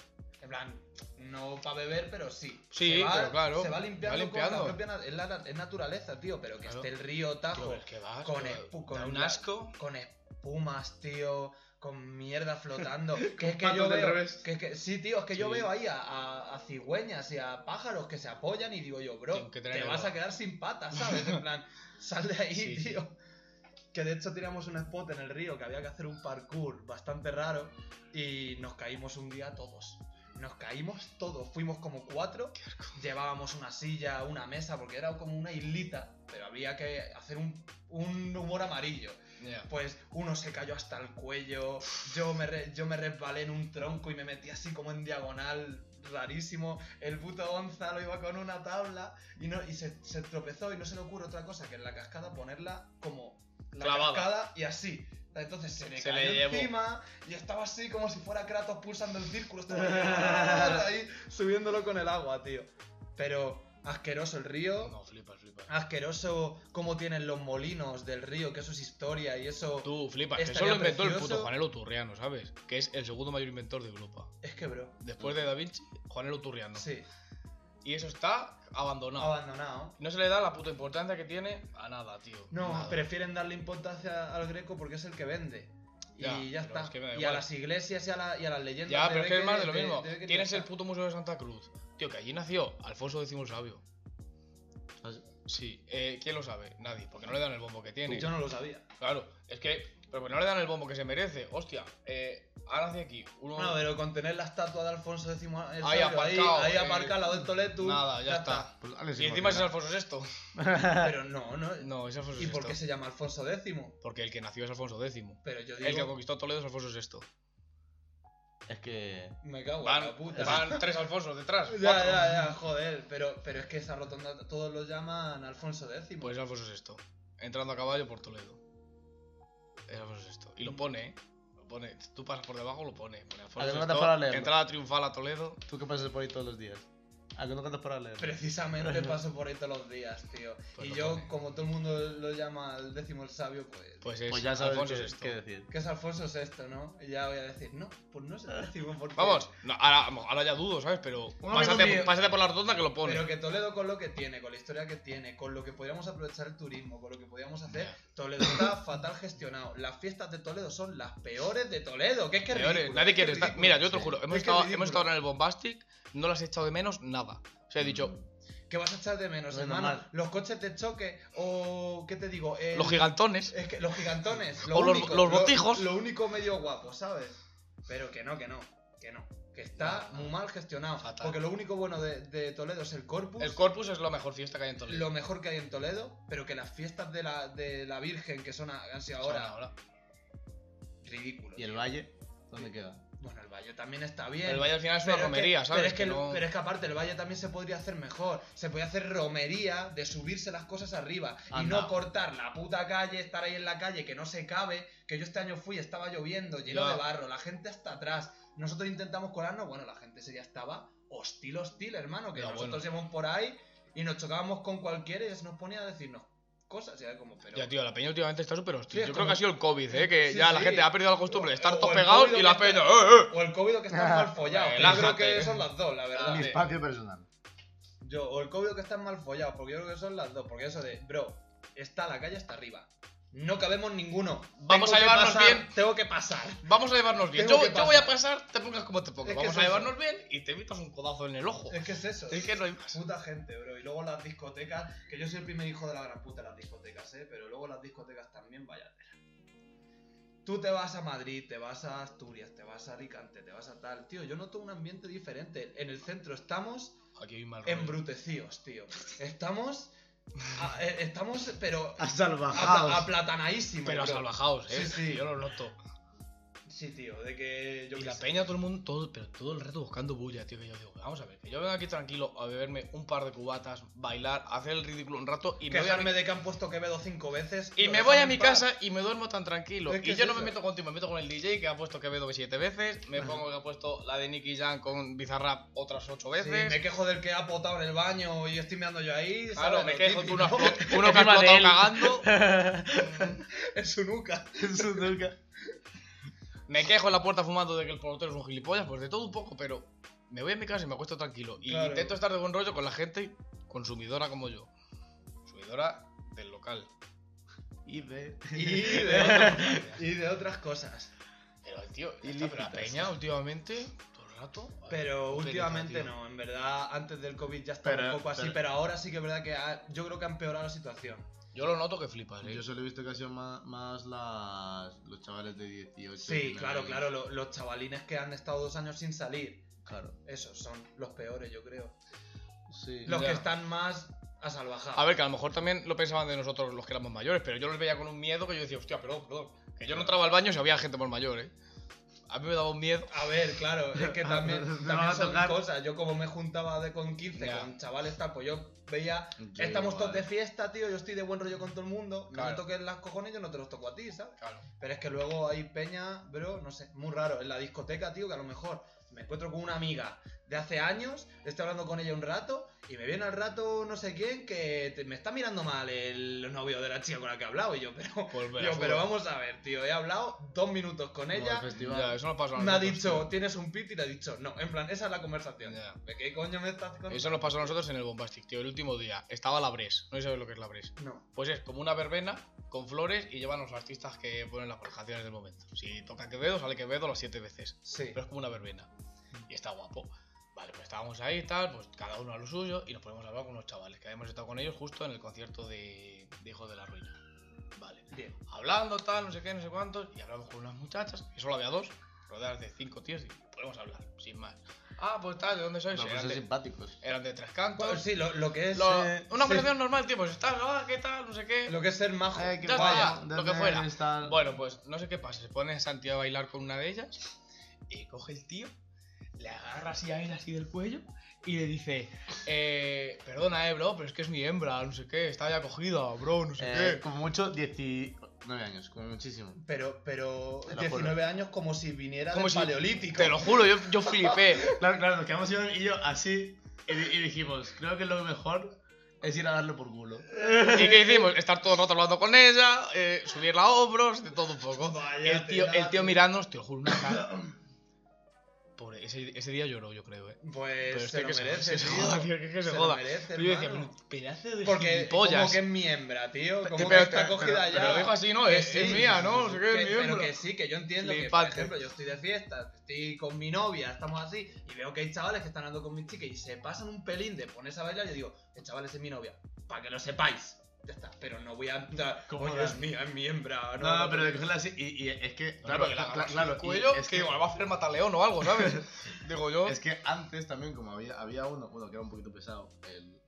S2: En plan, no para beber, pero sí.
S1: Sí,
S2: se va,
S1: pero claro,
S2: Se va limpiando,
S1: va limpiando.
S2: con la propia na- es la- es naturaleza, tío. Pero que
S1: Claro.
S2: esté el río Tajo
S1: Tío, es que vas,
S2: con
S1: tío,
S2: espu-
S1: da
S2: con
S1: un
S2: la-
S1: asco.
S2: con espumas, tío. Con mierda flotando. que es que
S4: patos
S2: yo
S4: del
S2: veo.
S4: revés.
S2: Que, es que- sí, tío, es que yo
S1: Sí.
S2: veo ahí a, a- a cigüeñas y a pájaros que se apoyan y digo yo, bro,
S1: Tienen que
S2: te
S1: tener
S2: vas
S1: algo.
S2: a quedar sin patas, ¿sabes? En plan, sal de ahí,
S1: Sí, sí.
S2: tío. Que de hecho tiramos un spot en el río que había que hacer un parkour bastante raro y nos caímos un día todos. Nos caímos todos, fuimos como cuatro, llevábamos una silla, una mesa, porque era como una islita, pero había que hacer un, un humor amarillo.
S1: Ya.
S2: Pues uno se cayó hasta el cuello, yo me, re- yo me resbalé en un tronco y me metí así como en diagonal, rarísimo. El puto Gonzalo iba con una tabla y, no, y se, se tropezó y no se le ocurre otra cosa que en la cascada ponerla como la
S1: Clavada.
S2: cascada y así. Entonces se le
S1: Se
S2: cayó
S1: le llevó.
S2: encima y estaba así como si fuera Kratos pulsando el círculo. Estaba ahí subiéndolo con el agua, tío. Pero asqueroso el río.
S1: No, flipas, flipas.
S2: Asqueroso cómo tienen los molinos del río, que eso es historia y eso...
S1: Tú flipas, que eso
S2: Estaría
S1: lo inventó el
S2: precioso.
S1: puto Juanelo Turriano, ¿sabes? Que es el segundo mayor inventor de Europa.
S2: Es que, bro.
S1: Después de Da Vinci, Juanelo Turriano.
S2: Sí,
S1: Y eso está abandonado.
S2: abandonado.
S1: No se le da la puta importancia que tiene a nada, tío.
S2: No,
S1: Nada.
S2: prefieren darle importancia al greco porque es el que vende. Y
S1: Ya, pero
S2: ya, está.
S1: es que me da
S2: y a
S1: igual.
S2: las iglesias y a, la- y a las leyendas.
S1: Ya,
S2: de
S1: pero es que es
S2: Becker,
S1: más de lo
S2: de-
S1: mismo.
S2: de Becker y
S1: Tienes
S2: ya
S1: el
S2: está.
S1: puto Museo de Santa Cruz. Tío, que allí nació Alfonso X el Sabio.
S4: ¿Ah, sí?
S1: Sí, eh, ¿quién lo sabe? Nadie, porque no le dan el bombo que tiene.
S2: Yo no lo sabía.
S1: Claro, es que. Pero pues no le dan el bombo que se merece. Hostia, eh, ahora hacia aquí. Uno.
S2: No, pero con tener la estatua de Alfonso X el Sabio ahí,
S1: aparcado,
S2: ahí
S1: eh,
S2: aparcado al lado del Toledo.
S1: nada, ya está.
S3: Pues dale, sí,
S1: Y encima es
S3: porque-
S1: Alfonso VI.
S2: Pero no, no.
S1: No, es Alfonso
S2: ¿Y
S1: VI.
S2: por qué se llama Alfonso X?
S1: Porque el que nació es Alfonso X.
S2: Pero yo
S1: El que
S2: digo.
S1: conquistó Toledo es Alfonso VI.
S3: Es que.
S2: Me cago en
S1: Van,
S2: la puta.
S1: van tres Alfonsos detrás.
S2: Ya,
S1: cuatro.
S2: ya, ya, joder. Pero, pero es que esa rotonda todos lo llaman Alfonso X.
S1: Pues es Alfonso VI. Entrando a caballo por Toledo. Es Alfonso VI. Y
S2: Mm.
S1: lo pone, ¿eh? Lo pone. Tú pasas por debajo, lo pone. Pone Alfonso
S3: Adelante para
S1: VI.
S3: leerlo.
S1: Entrada triunfal a Toledo.
S3: Tú que pasas por ahí todos los días. ¿A que no cantas para leer?
S2: Precisamente paso por ahí todos los días, tío.
S1: Pues
S2: y
S1: lo
S2: yo,
S1: pone.
S2: como todo el mundo lo llama el décimo el sabio, pues.
S1: Pues es
S3: Pues ya sabes
S1: Alfonso
S3: qué,
S1: VI.
S3: qué decir.
S2: Que es Alfonso VI, ¿no? Y ya voy a decir, no, pues no es el décimo, porque.
S1: Vamos, no, ahora, ahora ya dudo, ¿sabes? Pero
S4: Un
S1: pásate,
S4: amigo mío.
S1: pásate por la rotonda que lo pone.
S2: Pero que Toledo con lo que tiene, con la historia que tiene, con lo que podríamos aprovechar el turismo, con lo que podríamos hacer,
S1: Ya.
S2: Toledo está fatal gestionado. Las fiestas de Toledo son las peores de Toledo, que es que es
S1: Peores,
S2: ridículo,
S1: nadie
S2: es que
S1: quiere
S2: es
S1: estar.
S2: ridículo.
S1: Mira, yo te
S2: Sí.
S1: juro, hemos
S2: Es que es
S1: estado, hemos
S2: ridículo.
S1: estado en el Bombastic, no las he echado de menos nada. O sea, he dicho,
S2: ¿Qué vas a echar de menos,
S3: No es
S2: hermano?
S3: normal.
S2: Los coches de choque o. ¿Qué te digo? El-
S1: los gigantones.
S2: Es que los gigantones, lo
S1: O los-
S2: único,
S1: los
S2: lo-
S1: botijos.
S2: Lo, único medio guapo, ¿sabes? Pero que no, que no, que no. Que está muy mal gestionado.
S1: Fatal.
S2: Porque lo único bueno de, de Toledo es el corpus,
S1: El Corpus es la mejor fiesta que hay en Toledo.
S2: lo mejor que hay en Toledo, pero que las fiestas de la, de la Virgen que son a- han sido
S1: Son
S2: ahora ridículo.
S3: ¿Y el
S2: tío.
S3: valle? ¿Dónde queda?
S2: Bueno, el Valle también está bien.
S1: El Valle al final es una
S2: pero
S1: romería,
S2: que-
S1: ¿sabes?
S2: Pero es que,
S1: Que no-
S2: pero es que aparte el valle también se podría hacer mejor. Se podría hacer romería de subirse las cosas arriba y
S3: Anda.
S2: no cortar la puta calle, estar ahí en la calle que no se cabe. Que yo este año fui, estaba lloviendo, lleno
S1: Ya.
S2: de barro, la gente hasta atrás. Nosotros intentamos colarnos, bueno, la gente se ya estaba hostil, hostil, hermano. Que
S1: Ya,
S2: nosotros
S1: bueno.
S2: íbamos por ahí y nos chocábamos con cualquiera y se nos ponía a decirnos cosas. Y era como, pero.
S1: Ya, tío, la peña últimamente está súper hostil.
S2: Sí, es
S1: Yo creo
S2: como-
S1: que ha sido el COVID, ¿eh? Que
S2: Sí,
S1: ya la
S2: sí.
S1: gente ha perdido la costumbre de
S2: O-
S1: estar
S2: o
S1: todos
S2: el
S1: pegados
S2: COVID
S1: y la
S2: que está-
S1: peña... ¡Eh, eh!
S2: O el COVID que está mal follado. que Yo creo
S1: Relájate.
S2: que son las dos, la verdad.
S1: Ah,
S3: Mi
S1: sí.
S3: espacio personal.
S2: Yo, o el COVID que están mal follados, porque yo creo que son las dos, porque eso de, bro, está la calle hasta arriba. No cabemos ninguno.
S1: Vamos
S2: Tengo
S1: a
S2: que
S1: llevarnos
S2: pasar,
S1: bien.
S2: Tengo que pasar.
S1: Vamos a llevarnos bien.
S2: Tengo
S1: Yo,
S2: que
S1: yo
S2: pasar.
S1: voy a pasar, te pongas como te pongas.
S2: Es que
S1: Vamos
S2: es
S1: a
S2: eso.
S1: llevarnos bien y te evitas un codazo en el ojo.
S2: Es que es eso.
S1: Es que no hay más.
S2: Puta gente, bro. Y luego las discotecas, que yo soy el primer hijo de la gran puta de las discotecas, ¿eh? Pero luego las discotecas también, vaya tela. Tú te vas a Madrid, te vas a Asturias, te vas a Alicante, te vas a tal. Tío, yo noto un ambiente diferente. En el centro estamos
S1: Aquí hay mal rollo.
S2: embrutecidos, tío. Estamos... a- eh, estamos, pero...
S3: A
S2: apla-
S3: salvajados.
S2: Aplatanadísimos.
S1: Pero
S2: bro.
S1: salvajaos, eh.
S2: Sí, sí.
S1: Yo lo noto.
S2: Sí, tío, de que... Yo
S1: y
S2: qué
S1: la
S2: sé.
S1: peña, todo el mundo, todo, pero todo el rato buscando bulla, tío. Que yo digo, vamos a ver, que yo vengo aquí tranquilo a beberme un par de cubatas, bailar, hacer el ridículo un rato y me voy a mi,
S2: Quejarme de que han puesto Quevedo cinco veces.
S1: y
S2: lo
S1: me voy
S2: dejan
S1: a
S2: en
S1: mi
S2: paz.
S1: casa y me duermo tan tranquilo.
S2: Es que
S1: y
S2: es
S1: yo no
S2: eso.
S1: me meto contigo, me meto con el DJ que ha puesto Quevedo siete veces. Me pongo que ha puesto la de Nicky Jam con Bizarrap otras ocho
S2: Sí,
S1: veces.
S2: me quejo del que ha potado en el baño y estoy meando yo ahí.
S1: Claro,
S2: ¿sabes?
S1: me
S2: Lo
S1: quejo, tú
S2: típico.
S1: uno, has flot- uno que ha
S4: Encima de
S1: flotado
S4: él.
S1: cagando.
S2: en su nuca.
S4: Eso nunca.
S1: Me quejo en la puerta fumando de que el portero es un gilipollas, pues de todo un poco, pero me voy a mi casa y me acuesto tranquilo. Y
S2: Claro.
S1: intento estar de buen rollo con la gente consumidora como yo. Consumidora del local.
S3: Y ve.
S2: Y de, otras, y de otras cosas.
S1: Pero, tío, ya
S3: Y
S1: está, pero la
S3: lícitas.
S1: peña últimamente, todo el rato.
S2: Pero
S3: Qué
S2: últimamente
S3: pereza, tío.
S2: no, en verdad, antes del COVID ya estaba
S4: Pero-
S2: un poco así, pero,
S4: pero-
S2: ahora sí que es verdad que ha- yo creo que ha empeorado la situación.
S1: Yo lo noto que flipas, ¿eh?
S3: Yo solo he visto que ha sido más, más las, los chavales de 18.
S2: Sí,
S3: 19
S2: claro,
S3: años.
S2: claro, lo- los chavalines que han estado dos años sin salir,
S3: Claro.
S2: esos son los peores, yo creo.
S3: Sí.
S2: Los
S1: Ya.
S2: que están más asalvajados.
S1: A ver, que a lo mejor también lo pensaban de nosotros los que éramos mayores, pero yo los veía con un miedo que yo decía, hostia, perdón, perdón. Que yo no entraba al baño si había gente más mayor, ¿eh? A mí me daba un miedo.
S2: A ver, claro, es
S3: Ah,
S2: que también,
S3: Te
S2: también
S3: va a
S2: son
S3: tocar.
S2: cosas. Yo como me juntaba de con 15,
S1: Ya.
S2: con chavales tal, pues yo veía,
S3: Yo
S2: estamos
S3: igual.
S2: todos de fiesta, tío, yo estoy de buen rollo con todo el mundo, no
S1: Claro.
S2: me toques las cojones, yo no te los toco a ti, ¿sabes?
S1: Claro.
S2: Pero es que luego hay peña, bro, no sé, muy raro. En la discoteca, tío, que a lo mejor me encuentro con una amiga de hace años, estoy hablando con ella un rato, y me viene al rato no sé quién que te- me está mirando mal el novio de la chica con la que he hablado, y yo, pero...
S1: Pues, verás,
S2: Yo,
S1: joder.
S2: pero vamos a ver, tío, he hablado dos minutos con
S3: Como
S2: ella,
S3: el festival.
S1: Ya, eso no pasa a
S2: me ha
S1: nosotros,
S2: dicho,
S1: tío.
S2: tienes un pit y le ha dicho, no, en plan, esa es la conversación.
S1: Ya.
S2: ¿De qué coño me estás contando?
S1: Eso nos pasó a nosotros en el Bombastic, tío. El último día estaba la Bres. No sé si sabes lo que es la Bres.
S2: No.
S1: Pues es como una verbena con flores y llevan los artistas que ponen las canciones del momento. Si toca Quevedo, sale Quevedo las siete veces.
S2: Sí.
S1: Pero es como una verbena. Y está guapo. Vale, pues estábamos ahí y tal, pues cada uno a lo suyo y nos ponemos a hablar con los chavales que habíamos estado con ellos justo en el concierto de, de Hijos de la Ruina. Vale.
S2: Bien.
S1: Hablando, tal, no sé qué, no sé cuántos, y hablamos con unas muchachas, y solo había dos, rodeadas de cinco tíos, y podemos hablar, sin más. Ah, pues tal, ¿de dónde sois?
S3: No, pues
S1: Eran
S3: son
S1: de-
S3: simpáticos.
S1: eran de tres cantos.
S2: Bueno, Pues sí, lo, lo que es.
S1: Lo-
S2: eh,
S1: una
S2: sí,
S1: conversación normal, tío, pues estás, ah, ¿qué tal? No sé qué.
S2: Lo que es ser majo.
S3: Eh,
S1: Ya está,
S2: Vaya.
S3: guay,
S1: lo que
S3: ¿dónde
S1: fuera.
S3: está-
S1: Bueno, pues no sé qué pasa. Se pone Santi a bailar con una de ellas y coge el tío, le agarra así a él, así del cuello, y le dice: eh, Perdona, eh, bro, pero es que es mi hembra, no sé qué, está ya cogida, bro, no sé
S3: Eh,
S1: qué.
S3: como mucho, 19 años, como muchísimo.
S2: Pero, pero.
S3: Te lo
S2: 19 años como si viniera
S1: Como
S2: del
S1: si-
S2: paleolítico.
S1: Te lo juro, yo, yo flipé.
S4: Claro, claro, nos quedamos Iván y yo así y, di- y dijimos, creo que lo mejor es ir a darle por culo.
S1: ¿Y qué hicimos? Estar todo el rato hablando con ella, eh, subirla a hombros, de todo un poco.
S2: Vaya
S1: El tío,
S2: tela,
S1: el tío mirándonos, te lo juro, una cara. Pobre, ese, ese día lloró, yo creo, eh.
S2: Pues
S1: es
S2: se lo
S1: que
S2: merece.
S1: se
S2: tío.
S1: joda, tío, que es que se,
S2: Se lo
S1: joda.
S2: merece,
S1: Pero yo decía,
S2: hermano.
S1: pero pedazo de
S2: Porque como
S1: gilipollas. Este
S2: que es mi hembra, tío. Como
S1: Pero-
S2: que está
S1: pero-
S2: cogida ya.
S1: Pero lo dijo así, ¿no?
S2: Que
S1: Es,
S2: sí,
S1: es
S2: sí,
S1: mía,
S2: sí,
S1: ¿no?
S2: sí,
S1: No sé
S2: sí.
S1: qué,
S2: Que-
S1: es mi
S2: Pero
S1: hembro.
S2: que sí, que yo entiendo que, por
S1: Flipante.
S2: ejemplo, yo estoy de fiesta, estoy con mi novia, estamos así, y veo que hay chavales que están andando con mis chicas y se pasan un pelín de ponerse a bailar, y yo digo, el chaval ese es mi novia, para que lo sepáis. Ya está, pero no voy a entrar,
S4: ¿Cómo
S2: oye,
S4: era?
S2: es mía, es mi hembra.
S4: No,
S2: No,
S4: pero de cogerla así y, y es que,
S1: Claro,
S4: claro,
S1: que la
S4: cla-
S1: agarras
S4: claro,
S1: el
S4: y
S1: cuello,
S4: es
S1: que digo, la va a hacer mataleón o algo, ¿sabes? digo yo.
S3: Es que antes también, como había, había uno, bueno, que era un poquito pesado, el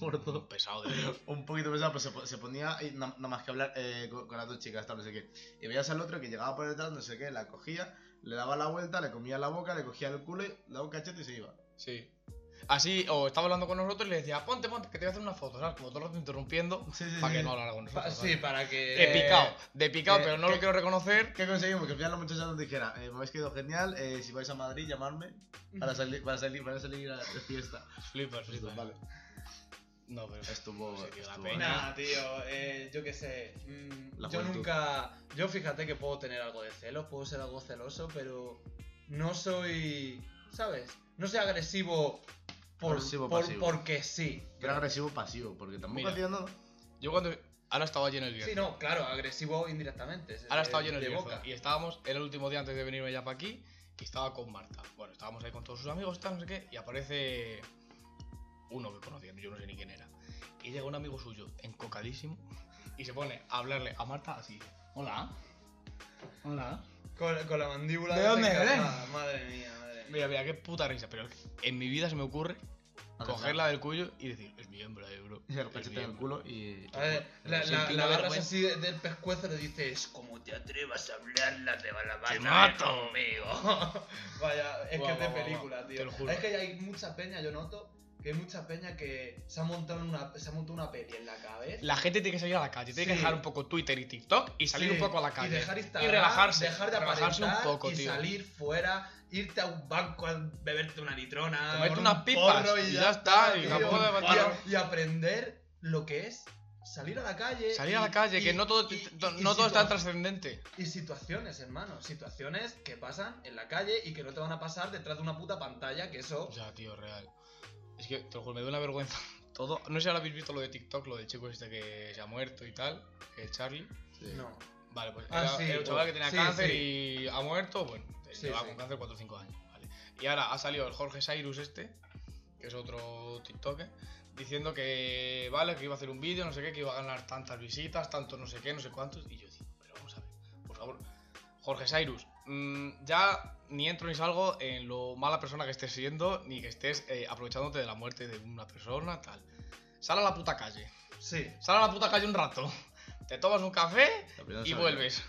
S1: muerto. Pesado, de verdad.
S3: un poquito pesado, pues se, po- se ponía y na- nada más que hablar eh, con, con las dos chicas, tal, no sé qué. Y veías al otro que llegaba por detrás, no sé qué, la cogía, le daba la vuelta, le comía la boca, le cogía el culo, y le daba un cachete y se iba.
S1: Sí. Así, o estaba hablando con nosotros y le decía, ponte, ponte, que te voy a hacer una foto, ¿sabes? Como todo el rato interrumpiendo
S3: Sí, sí,
S1: para
S3: sí.
S1: que no hablara con nosotros.
S2: sí,
S1: ¿sabes?
S2: para que.
S1: De picado, de picado,
S3: eh,
S1: pero no
S3: que-
S1: lo quiero reconocer.
S3: ¿Qué conseguimos? Que al final la muchacha nos dijera, eh, me habéis quedado genial, eh, si vais a Madrid, llamadme eh, para salir, para salir, para salir a de fiesta.
S1: Flipas,
S3: Pues,
S1: flipas.
S3: vale.
S1: No, pero
S3: Estuvo,
S1: Sí, tío, la
S3: estuvo-
S1: peña.
S2: Nah, tío, eh, yo qué sé. mm,
S3: La
S2: yo
S3: juventud.
S2: nunca. Yo fíjate que puedo tener algo de celos, puedo ser algo celoso, pero no soy. ¿Sabes? No soy agresivo por,
S3: Agresivo,
S2: por-
S3: pasivo.
S2: porque sí.
S3: Era agresivo pasivo, porque tampoco
S1: Mira.
S3: hacía nada.
S1: Yo cuando Ahora estaba lleno el
S2: Sí,
S1: Bierzo.
S2: no, claro, agresivo indirectamente. es-
S1: Ahora
S2: es
S1: estaba lleno el
S2: de
S1: Bierzo.
S2: boca.
S1: Y estábamos, era el último día antes de venirme ya para aquí, y estaba con Marta. Bueno, estábamos ahí con todos sus amigos, tal, no sé qué, y aparece uno que conocía, yo no sé ni quién era. Y llega un amigo suyo, encocadísimo, y se pone a hablarle a Marta así. Hola. Hola.
S2: Con, con la mandíbula.
S1: ¿De dónde
S2: desencarnada. Madre mía, madre mía.
S1: Mira, mira, qué puta risa, pero en mi vida se me ocurre
S3: Agarrar.
S1: cogerla del cuello y decir, es mi hembra, eh, bro.
S3: Y el
S1: es mi
S3: cachete en el
S1: hembra".
S3: culo y.
S2: A ver, la,
S1: Sí,
S2: la,
S1: qué
S2: la agarras
S1: vergüenza.
S2: así de- del pescuezo y le dices, como te atrevas a hablarla, te va la vas
S1: ¡Te
S2: a
S1: mato!
S2: ver conmigo. Vaya,
S1: Guau,
S2: es que es de
S1: guau, guau,
S2: película,
S1: guau,
S2: tío.
S1: te lo juro.
S2: Es que hay mucha peña, yo noto, que hay mucha peña que se ha montado una, se ha montado una peli en la cabeza.
S1: La gente tiene que salir a la calle, tiene que
S2: Sí.
S1: dejar un poco Twitter y TikTok y salir
S2: Sí,
S1: un poco a la calle.
S2: Y dejar Instagram,
S1: relajarse,
S2: Dejar de
S1: relajarse un
S2: aparentar
S1: poco,
S2: y
S1: tío.
S2: salir fuera, irte a un banco a beberte una litrona.
S1: Comerte
S2: con
S1: unas
S2: un
S1: pipas,
S2: porro
S1: y ya está, y
S2: tío.
S1: tampoco te
S2: y, a-
S1: matar.
S2: y aprender lo que es salir a la calle.
S1: Salir
S2: y-
S1: a la calle, que
S2: y-
S1: no todo,
S2: y- y-
S1: no
S2: y
S1: todo es tan
S2: situa-
S1: trascendente.
S2: Y situaciones, hermano. Situaciones que pasan en la calle y que no te van a pasar detrás de una puta pantalla, que eso.
S1: O sea, tío, real. Es que, te lo juro, me da una vergüenza. Todo. No sé si ahora habéis visto lo de TikTok, lo del chico este que se ha muerto y tal, que es Charlie.
S2: No.
S1: Vale, pues
S2: Ah,
S1: era-
S2: sí,
S1: era un chaval que tenía
S2: sí,
S1: cáncer
S2: sí.
S1: y ha muerto, bueno,
S2: Sí,
S1: llevaba
S2: sí.
S1: con cáncer 4 o 5 años, vale. Y ahora ha salido el Jorge Cyrus este, que es otro TikToker, diciendo que, vale, que iba a hacer un vídeo, no sé qué, que iba a ganar tantas visitas, tanto no sé qué, no sé cuántos, y yo digo, pero vamos a ver, por favor, Jorge Cyrus, mm, ya ni entro ni salgo en lo mala persona que estés siendo, ni que estés eh, aprovechándote de la muerte de una persona, tal. Sal a la puta calle,
S2: Sí.
S1: sal a la puta calle un rato, te tomas un café
S3: La primera
S1: y
S3: salida.
S1: vuelves.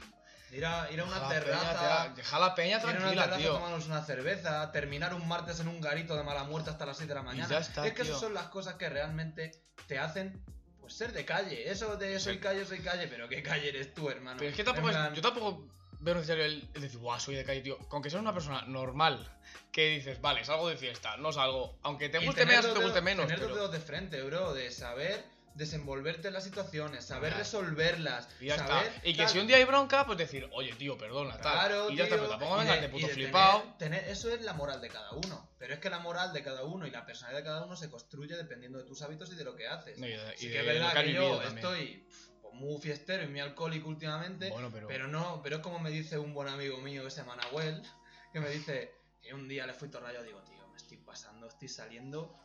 S2: Ir a, ir a una
S1: Deja la
S2: terraza.
S1: peña, te- Deja la peña
S2: Ir a una
S1: tranquila,
S2: terraza,
S1: tío.
S2: tomarnos una cerveza, terminar un martes en un garito de mala muerte hasta las 6 de la mañana.
S1: ya está,
S2: es que
S1: tío.
S2: esas son las cosas que realmente te hacen pues ser de calle. Eso de soy
S1: Sí.
S2: calle, soy calle, pero ¿qué calle eres tú, hermano?
S1: Pero es que tampoco
S2: En
S1: es-
S2: plan,
S1: yo tampoco veo necesario el, el decir, guau, soy de calle, tío. Con que seas una persona normal, que dices, vale, salgo de fiesta, no salgo. Aunque te
S2: y
S1: guste
S2: tener
S1: menos o
S2: los
S1: te guste
S2: dedos-
S1: menos.
S2: Tener los
S1: pero-
S2: dedos de frente, bro, de saber desenvolverte en las situaciones, saber
S1: Claro.
S2: resolverlas.
S1: Y ya
S2: saber
S1: está. Y que
S2: tal.
S1: si un día hay bronca, pues decir, oye, tío, perdona,
S2: Claro,
S1: tal. Y ya está,
S2: tío,
S1: pero tampoco
S2: y
S1: vengas
S2: de-
S1: de
S2: y
S1: puto
S2: de
S1: flipado.
S2: tener- tener- eso es la moral de cada uno. Pero es que la moral de cada uno y la personalidad de cada uno se construye dependiendo de tus hábitos y de lo que haces.
S1: No, y de-
S2: Sí
S1: y
S2: que es
S1: de lo
S2: verdad
S1: que has
S2: que
S1: vivido
S2: yo
S1: también.
S2: estoy pues, muy fiestero y muy alcohólico últimamente,
S1: Bueno, pero.
S2: pero no, pero es como me dice un buen amigo mío que se llama Nahuel, que me dice que un día le fui todo rayo, digo, tío, me estoy pasando, estoy saliendo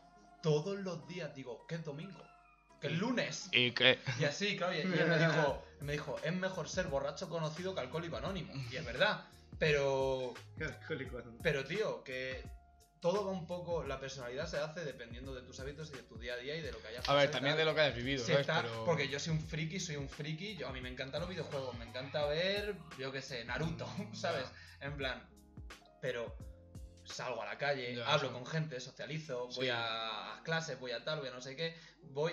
S2: todos los días, digo, que es domingo, que es lunes.
S1: Y que.
S2: Y así, claro, y, y él me dijo, me dijo, es mejor ser borracho conocido que alcohólico anónimo. Y es verdad, pero pero tío, que todo va un poco, la personalidad se hace dependiendo de tus hábitos y de tu día a día y de lo que hayas
S1: A ver,
S2: pasado y
S1: también
S2: tal.
S1: de lo que hayas vivido,
S2: Sí,
S1: ¿sabes?
S2: está,
S1: Pero.
S2: Porque yo soy un friki, soy un friki. Yo, a mí me encantan los videojuegos, me encanta ver, yo qué sé, Naruto, ¿sabes? En plan, pero salgo a la calle,
S1: Ya,
S2: hablo
S1: sí.
S2: con gente, socializo, voy
S1: Sí.
S2: a clases, voy a tal, voy a no sé qué, voy,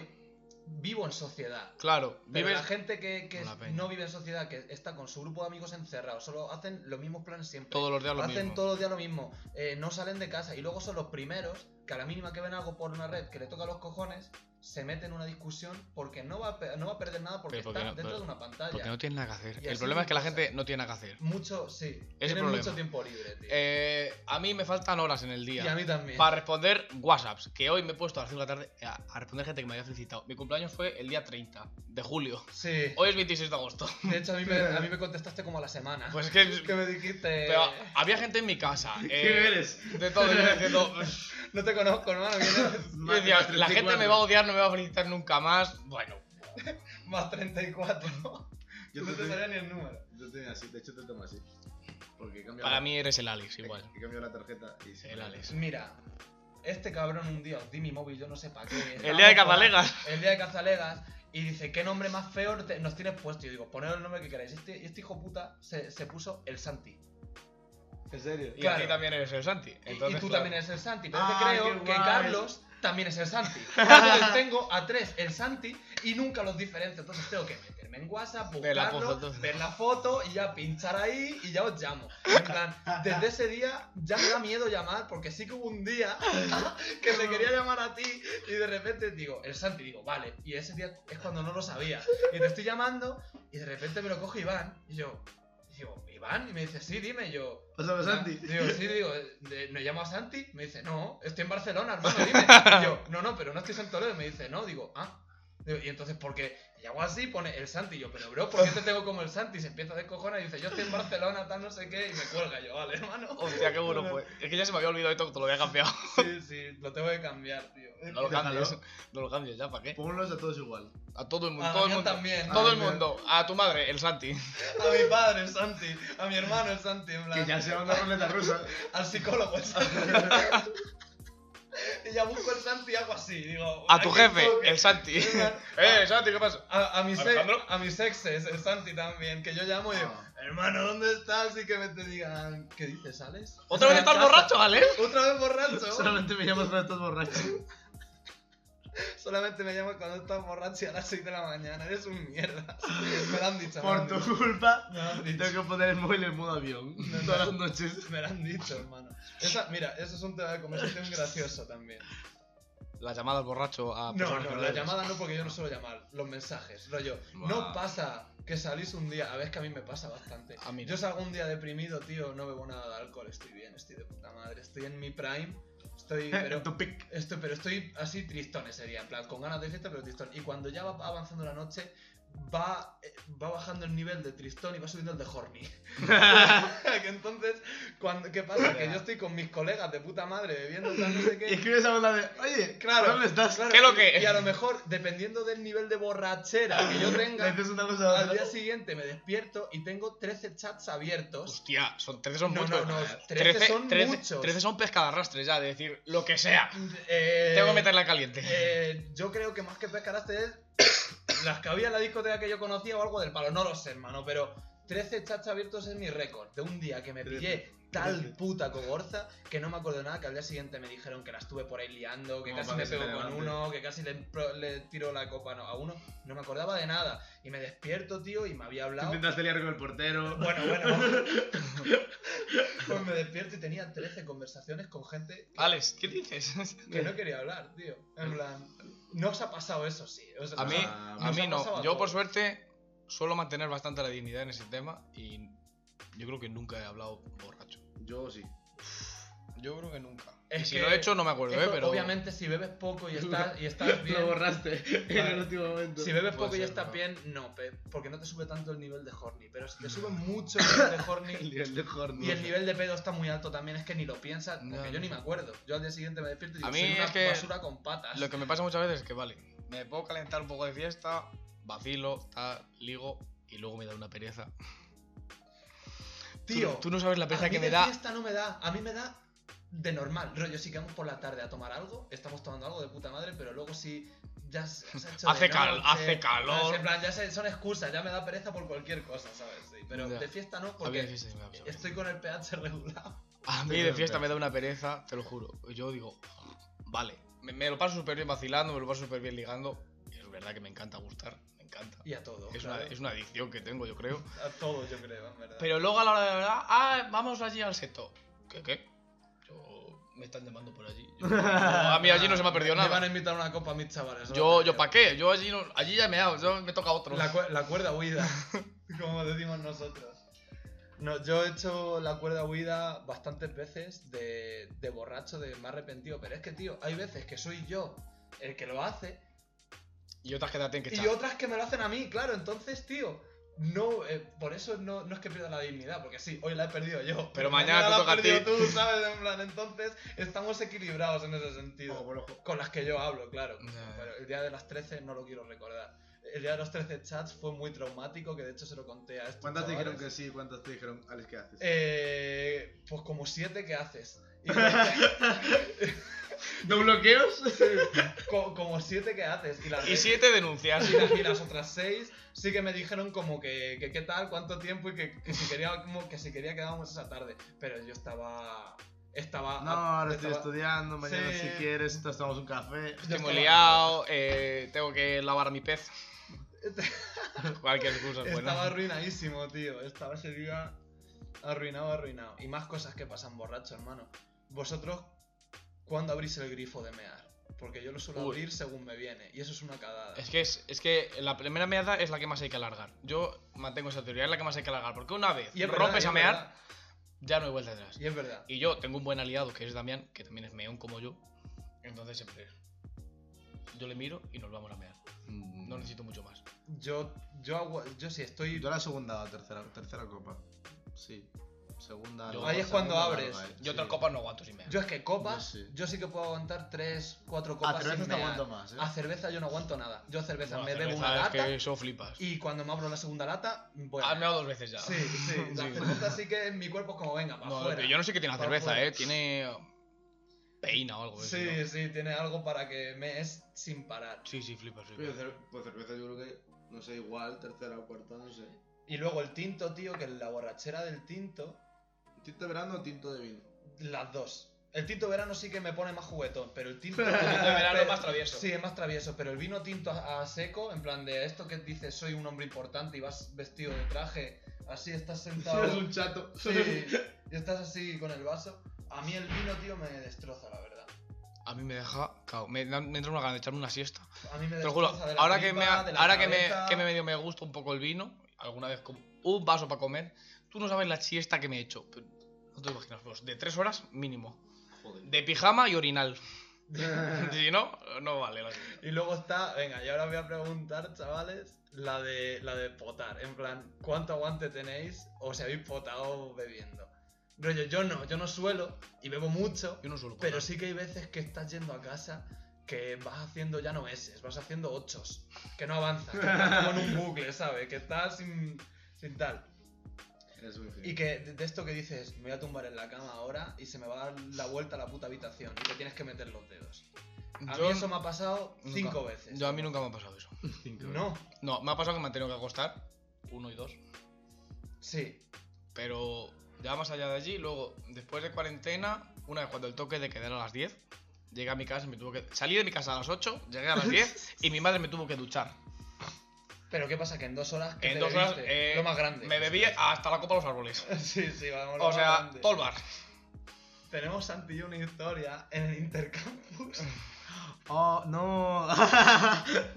S2: vivo en sociedad.
S1: Claro,
S2: Pero
S1: vives.
S2: la gente que, que
S1: con la
S2: es-
S1: peña.
S2: no vive en sociedad, que está con su grupo de amigos encerrados, solo hacen los mismos planes siempre.
S1: Todos los días lo
S2: hacen
S1: mismo.
S2: todos los días lo mismo, eh, no salen de casa y luego son los primeros que a la mínima que ven algo por una red que le toca los cojones, se meten en una discusión porque no va a, pe- no va a perder nada porque
S1: Pero
S2: está
S1: porque no-
S2: dentro
S1: pero-
S2: de una
S1: Porque
S2: pantalla.
S1: no tienen nada que hacer.
S2: Y
S1: El
S2: así
S1: problema es que la
S2: pasa.
S1: gente no tiene nada que hacer.
S2: Mucho, sí,
S1: el
S2: tienen
S1: problema.
S2: mucho tiempo libre, tío.
S1: Eh, a mí me faltan horas en el día.
S2: y a mí también.
S1: Para responder WhatsApps, que hoy me he puesto a las 5 de la tarde a, a responder gente que me había felicitado. Mi cumpleaños fue el día 30 de julio.
S2: Sí.
S1: Hoy es 26 de agosto.
S2: De hecho, a mí, me, a mí me contestaste como a la semana.
S1: Pues es que.
S2: que me dijiste.
S1: pero había gente en mi casa.
S4: ¿Qué
S1: eh,
S4: eres?
S1: de todo. Yo diciendo,
S2: No te conozco, hermano. ¿quién eres?
S1: yo decía, la gente me va a odiar, no me va a felicitar nunca más. Bueno,
S2: Más 34.
S3: Yo
S2: no
S3: te
S2: te
S3: tenía-
S2: sabía ni el número.
S3: yo tenía así, de hecho te tomo así. Porque he cambiado
S1: para
S3: la-
S1: mí eres el Alex,
S3: he-
S1: igual.
S3: He cambiado Eh, la tarjeta y se
S1: El
S3: me-
S1: Alex.
S2: Mira, este cabrón un día os di mi móvil, yo no sé para qué.
S1: El día de
S2: Estábamos por-
S1: Cazalegas.
S2: El día de Cazalegas. Y dice, ¿qué nombre más feo te- nos tienes puesto? Y yo digo, poned el nombre que queráis. Este, este hijo puta se, se puso el Santi.
S4: ¿En serio?
S1: Y
S2: claro.
S1: aquí también eres el Santi.
S2: Y-
S1: Entonces,
S2: y
S1: claro.
S2: tú
S1: Ah,
S2: también eres el Santi. Pero es que
S4: Ay,
S2: creo
S4: qué
S2: que
S4: guay.
S2: Carlos también es el Santi. Entonces tengo a tres el Santi y nunca los diferencio. Entonces tengo que meterme en WhatsApp,
S1: Ver la
S2: buscarlo,
S1: foto.
S2: ver la foto y ya pinchar ahí y ya os llamo. En plan, desde ese día ya me da miedo llamar porque sí que hubo un día que te quería llamar a ti y de repente digo, el Santi, digo, vale. Y ese día es cuando no lo sabía. Y te estoy llamando y de repente me lo coge Iván y yo, digo, Iván, y me dice, sí, dime, y yo.
S3: Pásame, Santi.
S2: Digo, sí, digo, de- ¿me llamo Santi? Me dice, no, estoy en Barcelona, hermano, dime. Y yo, no, no, pero no estoy en Toledo. Y me dice, no, digo, ah. Digo, Y entonces, porque y hago así, pone el Santi. Y yo, pero bro, ¿por qué te tengo como el Santi? Y se empieza a descojonar y dice, yo estoy en Barcelona, tal, no sé qué, y me cuelga. Yo, vale, hermano.
S1: Hostia, qué bueno fue. Es que ya se me había olvidado esto, te lo había cambiado.
S2: Sí, sí, lo tengo que cambiar, tío.
S1: No lo
S3: Déjalo.
S1: cambies, no lo cambies ya, ¿para qué?
S3: Pónganlos a todos igual.
S1: A todo el mundo,
S2: A
S1: todo el
S2: Damián
S1: mundo.
S2: también.
S1: Todo
S3: Ah,
S1: el
S3: bien.
S1: mundo. A tu madre, el Santi.
S2: A mi padre, el Santi. A mi hermano, el Santi. En plan,
S3: Que ya sea una ruleta rusa.
S2: Al psicólogo, el Santi. y ya busco el Santi y hago así. Digo,
S1: A tu
S2: aquí
S1: jefe,
S2: tengo Ah, que-
S1: el Santi. eh, Santi, ¿qué pasa?
S2: A, a, mis ex-
S1: Alejandro.
S2: a mis exes, el Santi también, que yo llamo y digo,
S3: Ah.
S2: hermano, ¿dónde estás? Y que me te digan, ¿qué dices, Alex?
S1: ¿Otra vez
S2: Estoy
S1: estás
S2: en casa.
S1: borracho, Ale?
S2: Otra vez borracho.
S4: Solamente me llamas cuando estás borracho.
S2: Solamente me llamas cuando estás borracho y a las 6 de la mañana. Eres un mierda. Me lo han dicho. me lo
S4: Por
S2: han
S4: tu
S2: dicho.
S4: culpa,
S2: Me lo han dicho.
S4: tengo que poner el móvil en modo avión
S2: No, no.
S4: todas las noches.
S2: Me lo han dicho, hermano. Esa- mira, eso es un tema de conversación gracioso también.
S1: Las llamadas borracho a
S2: No,
S1: personas
S2: no,
S1: que
S2: la
S1: eres.
S2: llamada no, porque yo no suelo llamar. Los mensajes, rollo.
S1: Buah.
S2: No pasa que salís un día, a ver que a mí me pasa bastante.
S1: A mí no.
S2: Yo salgo un día deprimido, tío, no bebo nada de alcohol, estoy bien, estoy de puta madre, estoy en mi prime, estoy. Pero,
S4: En tu pic.
S2: estoy, pero estoy así tristón ese día, en plan, con ganas de fiesta, pero tristón. Y cuando ya va avanzando la noche. Va, eh, va bajando el nivel de tristón y va subiendo el de horny. que entonces, cuando, ¿qué pasa? Que yo estoy con mis colegas de puta madre bebiendo tal, no sé qué.
S4: Y escribes a una de, oye,
S2: Claro.
S4: ¿dónde estás?
S2: Claro,
S1: ¿Qué lo que?
S2: Y a lo mejor, dependiendo del nivel de borrachera que yo
S4: Le
S2: tenga,
S4: dices una cosa a
S2: al
S4: otra.
S2: día siguiente me despierto y tengo 13 chats abiertos.
S1: Hostia, son 13 son
S2: No,
S1: muchos.
S2: no, no, 13 son muchos.
S1: 13 son pescadarrastres ya, de decir lo que sea.
S2: Eh,
S1: Tengo que meterla en caliente.
S2: eh, yo creo que más que pescaraste es las que había en la discoteca que yo conocía o algo del palo. No lo sé, hermano, pero 13 chats abiertos es mi récord. De un día que me pillé tal puta cogorza que no me acuerdo nada, que al día siguiente me dijeron que la estuve por ahí liando, que
S3: Como
S2: casi
S3: para
S2: me
S3: que se te
S2: pego con
S3: levante.
S2: uno, que casi le, pro- le tiro la copa no, a uno. No me acordaba de nada. Y me despierto, tío, y me había hablado.
S4: Intentaste liar con el portero.
S2: Bueno, bueno. pues me despierto y tenía 13 conversaciones con gente
S1: Alex, ¿qué dices?
S2: que no quería hablar, tío. En plan, no os ha pasado eso, sí. Os-
S1: A
S2: os
S1: mí,
S2: ha-
S3: Ah,
S1: a
S2: nos
S1: mí
S2: ha pasado
S1: no.
S2: a
S1: Yo, por
S2: todos.
S1: suerte, suelo mantener bastante la dignidad en ese tema y yo creo que nunca he hablado borracho.
S3: Yo sí.
S1: Yo creo que nunca.
S2: Es
S1: Y si
S2: que-
S1: lo he hecho, no me
S2: es
S1: acuerdo,
S2: que
S1: ¿eh? Pero.
S2: Obviamente, si bebes poco y estás, y estás bien.
S4: Lo borraste en el
S2: Claro.
S4: último momento.
S2: Si bebes
S1: Puede
S2: poco y
S1: ser,
S2: estás
S1: ¿no?
S2: bien, no, pe- porque no te sube tanto el nivel de horny. Pero si te sube mucho el nivel de
S4: El
S2: horny
S4: nivel de horny.
S2: y el nivel de pedo está muy alto también, es que ni lo piensas, porque
S1: No,
S2: yo ni
S1: no.
S2: me acuerdo. Yo al día siguiente me despierto y
S1: A
S2: digo,
S1: mí
S2: soy una
S1: es que-
S2: basura con patas.
S1: Lo que me pasa muchas veces es que, vale, me puedo calentar un poco de fiesta, vacilo, tal, ligo y luego me da una pereza. Tú-
S2: Tío,
S1: Tú, no sabes la pereza
S2: a mí
S1: que me
S2: de
S1: da.
S2: fiesta no me da, a mí me da de normal. Rollo, si quedamos por la tarde a tomar algo, estamos tomando algo de puta madre, pero luego si ya se, se ha hecho de
S1: Hace cal-
S2: noche,
S1: hace calor.
S2: ¿sabes? En plan, ya se- son excusas, ya me da pereza por cualquier cosa, ¿sabes? Sí, pero
S1: Ya.
S2: de fiesta no,
S1: A mí de
S2: porque
S1: fiesta sí me da pereza.
S2: estoy con el pH regulado.
S1: A mí de fiesta me da una pereza, te lo juro. Yo digo, vale, me, me lo paso súper bien vacilando, me lo paso súper bien ligando. Es verdad que me encanta gustar, me encanta.
S2: Y a todo.
S1: Es una,
S2: claro.
S1: es una adicción que tengo, yo creo.
S2: A todo, yo creo, en verdad.
S1: Pero luego a la hora de la verdad, ah, vamos allí al seto. ¿Qué, qué? Yo, me están llamando por allí. Yo- yo- a mí allí no se me ha perdido
S2: Me- Me van a
S1: nada.
S2: invitar a una copa a mis chavales. ¿no?
S1: Yo, yo, ¿para qué? Yo allí, no, allí ya me hago, yo me toca otro.
S2: La, cue- la cuerda huida, como decimos nosotros. No, yo he hecho la cuerda huida bastantes veces de, de borracho, de más arrepentido. Pero es que, tío, hay veces que soy yo el que lo hace
S1: Y otras que te la tienen que
S2: y
S1: echar.
S2: otras que me lo hacen a mí, claro. Entonces, tío, no, eh, por eso no, no es que pierda la dignidad, porque sí, hoy la he perdido yo. Pero,
S1: mañana te
S2: la
S1: toca a
S2: has perdido
S1: ti.
S2: tú, ¿sabes? En plan, entonces estamos equilibrados en ese sentido.
S3: Ojo por ojo.
S2: Con las que yo hablo, claro.
S1: Ya, ya.
S2: Pero el día de las 13 no lo quiero recordar. El día de los 13 chats fue muy traumático, que de hecho se lo conté a estos
S3: ¿Cuántas te
S2: chavales.
S3: dijeron que sí? ¿Cuántas te dijeron, Alex, qué haces?
S2: Eh, pues como siete que haces. Y
S4: ¿No bloqueos?
S2: co- como siete que haces. Y las,
S1: Y siete denuncias.
S2: y las- y las otras seis sí que me dijeron como que, que qué tal, cuánto tiempo y que, que si quería como que si quería quedábamos esa tarde. Pero yo estaba... Estaba...
S4: No, ahora estoy
S2: Ah, estaba-
S4: estudiando, mañana
S2: Sí.
S4: si quieres, nos tomamos un café.
S1: Estoy muy
S2: estaba-
S1: liado, eh, tengo que lavar a mi pez. Cualquier excusa es buena.
S2: Estaba arruinadísimo, tío. Estaba ese día arruinado, arruinado. Y más cosas que pasan borracho, hermano. Vosotros, ¿cuándo abrís el grifo de mear? Porque yo lo suelo
S1: Uy.
S2: abrir según me viene. Y eso es una cagada.
S1: Es que, es, es que la primera meada es la que más hay que alargar. Yo mantengo esa teoría, es la que más hay que alargar. Porque una vez
S2: Y es verdad,
S1: rompes
S2: y es
S1: a mear,
S2: verdad,
S1: ya no hay vuelta atrás.
S2: Y es verdad.
S1: Y yo tengo un buen aliado que es Damián, que también es meón como yo. Entonces siempre. Yo le miro y nos vamos a mear.
S3: mm.
S1: No necesito mucho más.
S2: Yo, yo, hago- yo sí estoy.
S3: Yo la segunda o tercera, tercera copa. Sí. Segunda.
S1: Yo-
S3: larga,
S2: ahí es cuando
S3: segunda
S2: abres.
S3: larga, eh.
S1: Yo otras
S3: Sí.
S1: copas no aguanto sin mear.
S2: Yo es que copas,
S3: Yo sí. Ah,
S2: yo sí que puedo aguantar 3, 4 copas.
S3: A
S2: sin Ah,
S3: cerveza te
S2: mear.
S3: aguanto más, eh.
S2: A cerveza yo no aguanto nada. Yo a cerveza
S1: No,
S2: me bebo
S1: cerveza
S2: una
S1: es
S2: lata
S1: que Ah, eso flipas.
S2: y cuando me abro la segunda lata, bueno.
S1: Has meado dos veces ya.
S2: Sí, sí. La
S1: Sí.
S2: cerveza sí que en mi cuerpo es como venga, para
S1: No,
S2: afuera.
S1: yo no sé qué tiene la
S2: Pa'
S1: cerveza,
S2: fuera.
S1: eh. Tiene. Peina o algo. de eso,
S2: Sí, sí, tiene algo para que me es sin parar.
S1: ¿no? Sí, sí, flipas.
S3: Oye,
S1: flipas.
S3: cer- Pues cerveza yo creo que. No sé, igual, tercera o cuarta, no sé.
S2: Y luego el tinto, tío, que la borrachera del tinto,
S3: ¿Tinto de verano o tinto de vino?
S2: las dos. El tinto verano sí que me pone más juguetón, pero el tinto.
S1: De verano es más travieso.
S2: Sí, es más travieso, pero el vino tinto a, a seco, en plan de esto que dices soy un hombre importante y vas vestido de traje, así estás
S3: Eres
S2: sentado
S3: un chato.
S2: sí, y estás así con el vaso. A mí el vino, tío, me destroza, la verdad.
S1: A mí me deja. cao. Me, da- me entra una gana de echarme una siesta.
S2: A mí me
S1: Te lo juro,
S2: destroza de la
S1: ahora, que, me,
S2: tripa, de la
S1: ahora que, me,
S2: cabeza.
S1: que me medio me gusta un poco el vino, alguna vez como un vaso para comer, tú no sabes la siesta que me he hecho. pero no te imaginas, pues, de tres horas mínimo.
S3: Joder.
S1: De pijama y orinal. si no, no vale la siesta.
S2: Y luego está, venga, y ahora voy a preguntar, chavales, la de la de potar. En plan, ¿cuánto aguante tenéis o si habéis potado bebiendo? Rollo, yo no, yo no suelo y bebo mucho,
S1: Yo no suelo
S2: pero
S1: parar.
S2: sí que hay veces que estás yendo a casa que vas haciendo ya no eses, vas haciendo ochos, que no avanzas, que estás como en un bucle, ¿sabes? Que estás sin, sin tal.
S3: Eres un
S2: Y que de de esto que dices, me voy a tumbar en la cama ahora y se me va a dar la vuelta a la puta habitación y te tienes que meter los dedos. A
S1: yo,
S2: mí eso me ha pasado
S1: nunca.
S2: cinco veces.
S1: yo a mí nunca me ha pasado eso.
S2: No,
S1: No, me ha pasado que me han tenido que acostar, uno y dos.
S2: sí.
S1: Pero ya más allá de allí, luego, después de cuarentena, una vez cuando el toque de quedar a las 10, llegué a mi casa y me tuvo que. Salí de mi casa a las 8, llegué a las 10 y mi madre me tuvo que duchar.
S2: Pero ¿qué pasa? Que en dos horas... ¿qué
S1: En
S2: te
S1: dos horas.
S2: bebiste?
S1: eh,
S2: lo más grande.
S1: Me bebí hasta la copa de los árboles.
S2: Sí, sí, vamos. lo
S1: O
S2: más
S1: sea,
S2: grande.
S1: todo el bar.
S2: Tenemos Santi y yo una historia en el intercampus.
S4: Oh, no.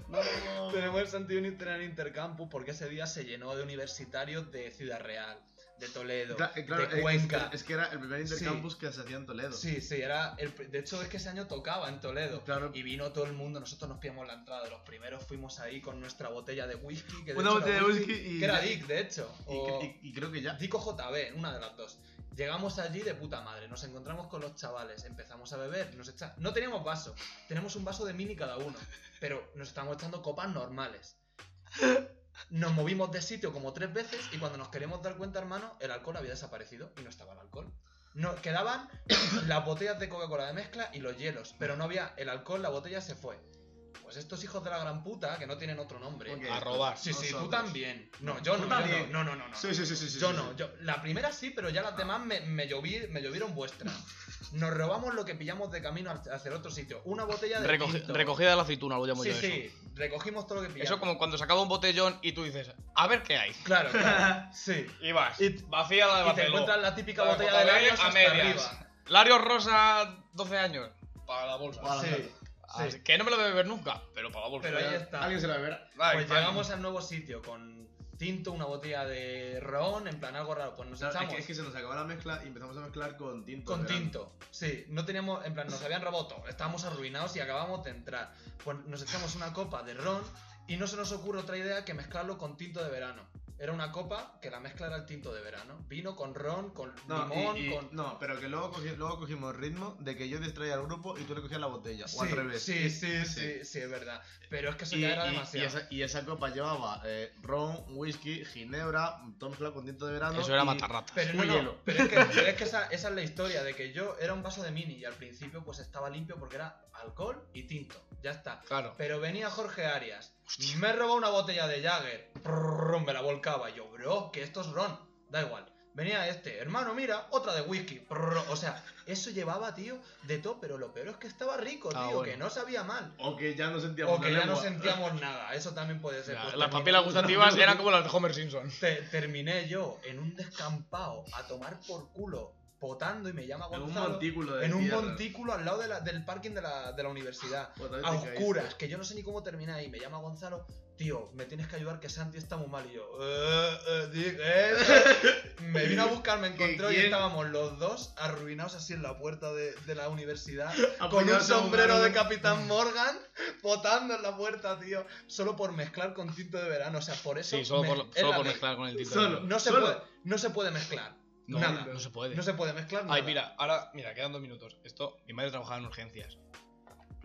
S3: No.
S2: Tenemos Santi y yo una historia en el intercampus porque ese día se llenó de universitarios de Ciudad Real, de Toledo,
S3: Cla- claro,
S2: de
S3: eh,
S2: Cuenca.
S3: Es, es que era el primer
S2: Sí.
S3: intercampus que se hacía en Toledo.
S2: Sí, sí, era... el pr- de hecho, es que ese año tocaba en Toledo.
S3: Claro.
S2: Y vino todo el mundo, nosotros nos pillamos la entrada. Los primeros fuimos ahí con nuestra botella de whisky. Que de
S3: Una
S2: hecho era
S3: botella de whisky y-
S2: Que era Dick, de hecho.
S3: Y,
S2: o-
S3: cre- y- y creo que ya.
S2: Dico JB, una de las dos. Llegamos allí de puta madre, nos encontramos con los chavales, empezamos a beber, nos echa... No teníamos vaso, tenemos un vaso de mini cada uno, pero nos estamos echando copas normales. Nos movimos de sitio como tres veces y cuando nos queremos dar cuenta, hermano, el alcohol había desaparecido y no estaba el alcohol. No, quedaban las botellas de Coca-Cola de mezcla y los hielos, pero no había el alcohol, la botella se fue. Pues estos hijos de la gran puta, que no tienen otro nombre.
S3: Ok.
S1: A robar.
S2: Sí, sí, tú
S3: Nosotros.
S2: también. No, yo no,
S3: Tú
S2: yo
S3: también.
S2: no, no, no, no. no.
S3: Sí, sí, sí, sí. sí,
S2: Yo
S3: sí,
S2: no,
S3: sí.
S2: yo, la primera sí, pero ya las demás me, me, lloví- me llovieron vuestras. Nos robamos lo que pillamos de camino al- hacia el otro sitio. Una botella de.
S1: Recogi-
S2: tinto.
S1: recogida de la aceituna, lo llamo
S2: Sí,
S1: yo eso.
S2: sí, recogimos todo lo que pillamos.
S1: Eso como cuando sacaba un botellón y tú dices, a ver qué hay.
S2: Claro, claro. Sí.
S1: Y vas.
S2: Y-
S1: vacía la de
S2: Y te
S1: Barceló.
S2: encuentras la típica
S1: La de
S2: botella de
S1: JB
S2: labios
S1: pues, a
S2: hasta
S1: medias.
S2: arriba.
S1: Lario Rosa, 12 años. Para la bolsa.
S3: Para-
S2: Sí,
S1: Así
S2: sí.
S1: que no me lo voy a beber nunca, pero para la bolsa.
S2: Pero ahí está.
S3: Alguien se la verá.
S1: Ay,
S2: Pues
S1: pan.
S2: llegamos al nuevo sitio con tinto, una botella de ron, en plan algo raro. Pues nos
S3: Claro, es,
S2: echamos.
S3: que, es que se nos acabó la mezcla y empezamos a mezclar con tinto.
S2: Con
S3: de verano.
S2: tinto, sí. No teníamos, en plan, nos habían robado todo. Estábamos arruinados y acabamos de entrar. Pues nos echamos una copa de ron y no se nos ocurre otra idea que mezclarlo con tinto de verano. Era una copa que la mezcla era el tinto de verano. Vino con ron, con
S3: No, y-
S2: limón,
S3: y-
S2: con...
S3: no, pero que luego, cogi- luego cogimos ritmo de que yo distraía al grupo y tú le cogías la botella.
S2: Sí,
S3: o al revés.
S2: Sí, sí, sí, sí,
S3: Sí.
S2: es verdad. Pero es que eso
S3: Y,
S2: ya era
S3: y- y
S2: demasiado.
S3: esa, y esa copa llevaba eh, ron, whisky, ginebra, todo mezclado con tinto de verano.
S1: Eso era
S3: y-
S1: matarrata.
S2: Pero no,
S3: Un
S2: no,
S3: hielo.
S2: pero es que, pero es que esa, esa es la historia de que yo era un vaso de mini y al principio pues estaba limpio porque era alcohol y tinto. Ya está.
S1: Claro.
S2: Pero venía Jorge Arias. Me robó una botella de Jagger. Prrrrum, me la volcaba. Y Yo, bro, que esto es ron. Da igual. Venía este, hermano, mira, otra de whisky. Prrrrum. O sea, eso llevaba, tío, de todo. Pero lo peor es que estaba rico, tío,
S1: Ah, bueno.
S2: que no sabía mal.
S3: O que ya no sentíamos
S2: O que
S3: la
S2: ya no
S3: lengua.
S2: sentíamos nada. Eso también puede ser.
S1: La-
S2: Pues
S1: las
S2: terminé-
S1: papilas gustativas eran como las de Homer Simpson.
S2: te- terminé yo en un descampado a tomar por culo potando y me llama
S4: En un
S2: Gonzalo.
S4: montículo de
S2: en un
S4: tierra.
S2: montículo al lado de la- del parking de la, de la universidad.
S4: Otra vez
S2: A
S4: te caíste.
S2: oscuras, que yo no sé ni cómo terminé ahí. Me llama Gonzalo, tío, me tienes que ayudar que Santi está muy mal. Y yo, "Eh, eh, di- eh". me vino a buscar, me encontró y
S4: quién?
S2: estábamos los dos arruinados así en la puerta de, de la universidad. Con un
S4: Apoyados en un
S2: sombrero
S4: árbol.
S2: de Capitán Morgan, potando en la puerta, tío. Solo por mezclar con tinto de verano. O sea, por eso.
S1: Sí, solo
S2: me-
S1: por,
S2: es
S1: solo
S2: la
S1: por
S2: ley.
S1: mezclar con el tinto.
S4: Solo.
S1: negro.
S2: No se,
S4: Solo.
S2: puede, no se puede mezclar.
S1: No,
S2: Nada.
S1: no se puede.
S2: No se puede mezclar.
S1: Ay,
S2: nada.
S1: mira, ahora, mira, quedan dos minutos. Esto, mi madre trabajaba en urgencias.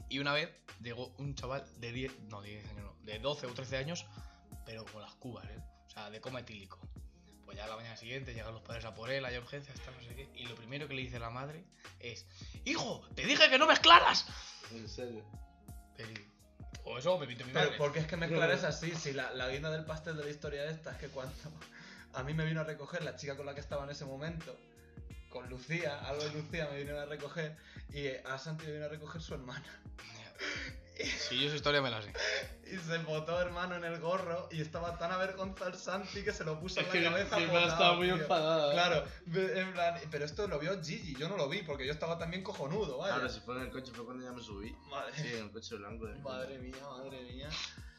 S1: Y una vez llegó un chaval de 10, no, 10 años no, de 12 o 13 años, pero con las cubas, ¿eh? O sea, de coma etílico. Pues ya a la mañana siguiente llegan los padres a por él, hay urgencias, tal, no sé qué. Y lo primero que le dice la madre es: ¡Hijo, te dije que no mezclaras!
S3: En serio.
S1: Pero, o eso me pintó mi
S2: Pero
S1: madre.
S2: porque es que mezclar
S3: Pero-
S2: es así, si la, la guinda del pastel de la historia esta es que cuando a mí me vino a recoger la chica con la que estaba en ese momento, con Lucía, algo de Lucía me vino a recoger y eh, a Santi le vino a recoger su hermana.
S1: Si yo esa historia me la sé.
S2: Y se botó hermano en el gorro y estaba tan avergonzado el Santi que se lo puso
S4: Es
S2: en
S4: que
S2: la
S4: mi
S2: cabeza.
S4: mi hermana
S2: botado,
S4: estaba muy
S2: tío.
S4: enfadada.
S2: Claro, ve- en plan, pero esto lo vio Gigi, yo no lo vi porque yo estaba también cojonudo, vaya.
S3: Claro, si fue en el coche fue cuando ya me subí. Sí,
S2: Madre,
S3: en el coche blanco. De
S2: madre mía, madre mía.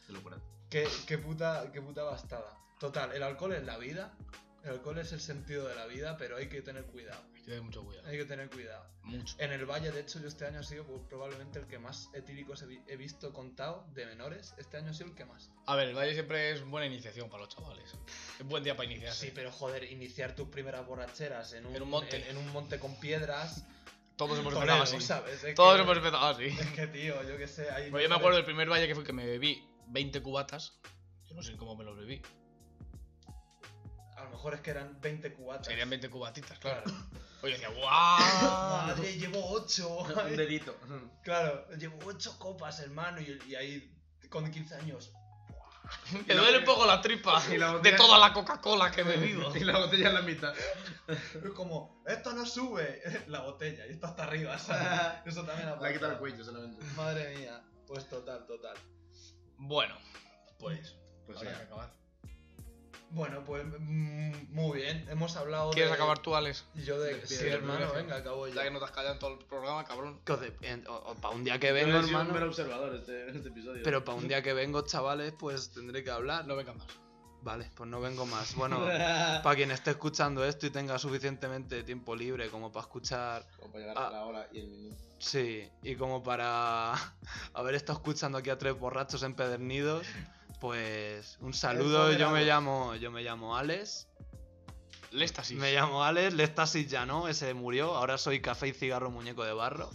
S3: Qué locura.
S2: Qué, qué puta, qué puta bastada. Total, el alcohol es la vida. El alcohol es el sentido de la vida, pero hay que tener cuidado.
S1: Hay que tener mucho cuidado.
S2: Hay que tener cuidado.
S1: Mucho.
S2: En el Valle, de hecho, yo este año he sido pues, probablemente el que más etílicos he, vi- he visto contado de menores. Este año he sido el que más.
S1: A ver, el baile siempre es buena iniciación para los chavales. Es buen día para iniciarse.
S2: Sí, pero joder, iniciar tus primeras borracheras en un,
S1: En un monte.
S2: en, en un monte con piedras.
S1: Todos hemos
S2: Toledo,
S1: empezado así.
S2: ¿sabes? Es
S1: Todos
S2: que-
S1: hemos empezado así.
S2: Es que, tío, yo qué sé. ahí
S1: Pues yo me acuerdo del primer valle que fue que me bebí 20 cubatas. Yo no sé cómo me los bebí.
S2: A lo mejor es que eran 20 cubatas.
S1: Serían 20 cubatitas, claro. Pues yo decía, ¡guau!
S2: Madre, llevo 8.
S3: Un dedito.
S2: Claro, llevo ocho copas, hermano, y, y ahí con 15 años.
S1: Me duele un poco la tripa
S3: Y la
S1: de
S3: botella-
S1: toda la Coca-Cola que he bebido.
S3: Y la botella en la mitad.
S2: Es como, esto no sube la botella, y esto hasta arriba, ¿sabes? Eso también
S3: Le ha quitado el
S2: aporta.
S3: cuello solamente.
S2: Madre mía, pues total, total.
S1: Bueno, pues,
S3: Pues
S1: habrá que
S3: ya.
S1: acabar.
S2: Bueno, pues mm, muy bien, hemos hablado.
S1: ¿Quieres
S2: de-
S1: acabar tú, Alex?
S2: Yo de.
S3: De-
S2: sí,
S3: de-
S2: hermano,
S1: de-
S2: venga, acabo yo.
S1: Ya que no te has callado en todo el programa, cabrón.
S2: Para un día que
S4: Yo
S2: vengo,
S4: he sido un
S2: hermano.
S4: mero observador este, este episodio.
S2: Pero para un día que vengo, chavales, pues tendré que hablar.
S1: No vengas más.
S2: Vale, pues no vengo más. Bueno, para quien esté escuchando esto y tenga suficientemente tiempo libre como para escuchar
S3: Como para llegar
S2: Ah.
S3: a la hora y el minuto.
S2: Sí, y como para haber estado escuchando aquí a tres borrachos empedernidos, pues un saludo, yo me llamo, yo me llamo Alex.
S1: Léstasis.
S2: Me llamo Alex, Lestasis ya no, ese murió, ahora soy café y cigarro muñeco de barro.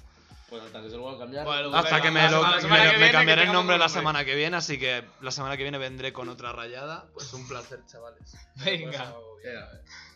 S3: Pues hasta que se lo vuelva a cambiar.
S1: Bueno,
S2: Hasta
S1: venga,
S2: que me,
S1: la
S2: lo-
S1: semana- la
S2: me
S1: semana
S2: lo-
S1: que
S2: me
S1: viene,
S2: cambiaré
S1: que
S2: el nombre la
S1: tengamos nombre.
S2: semana que viene, así que la semana que viene vendré con otra rayada. Pues un placer, chavales.
S1: Venga.
S3: Ya, eh.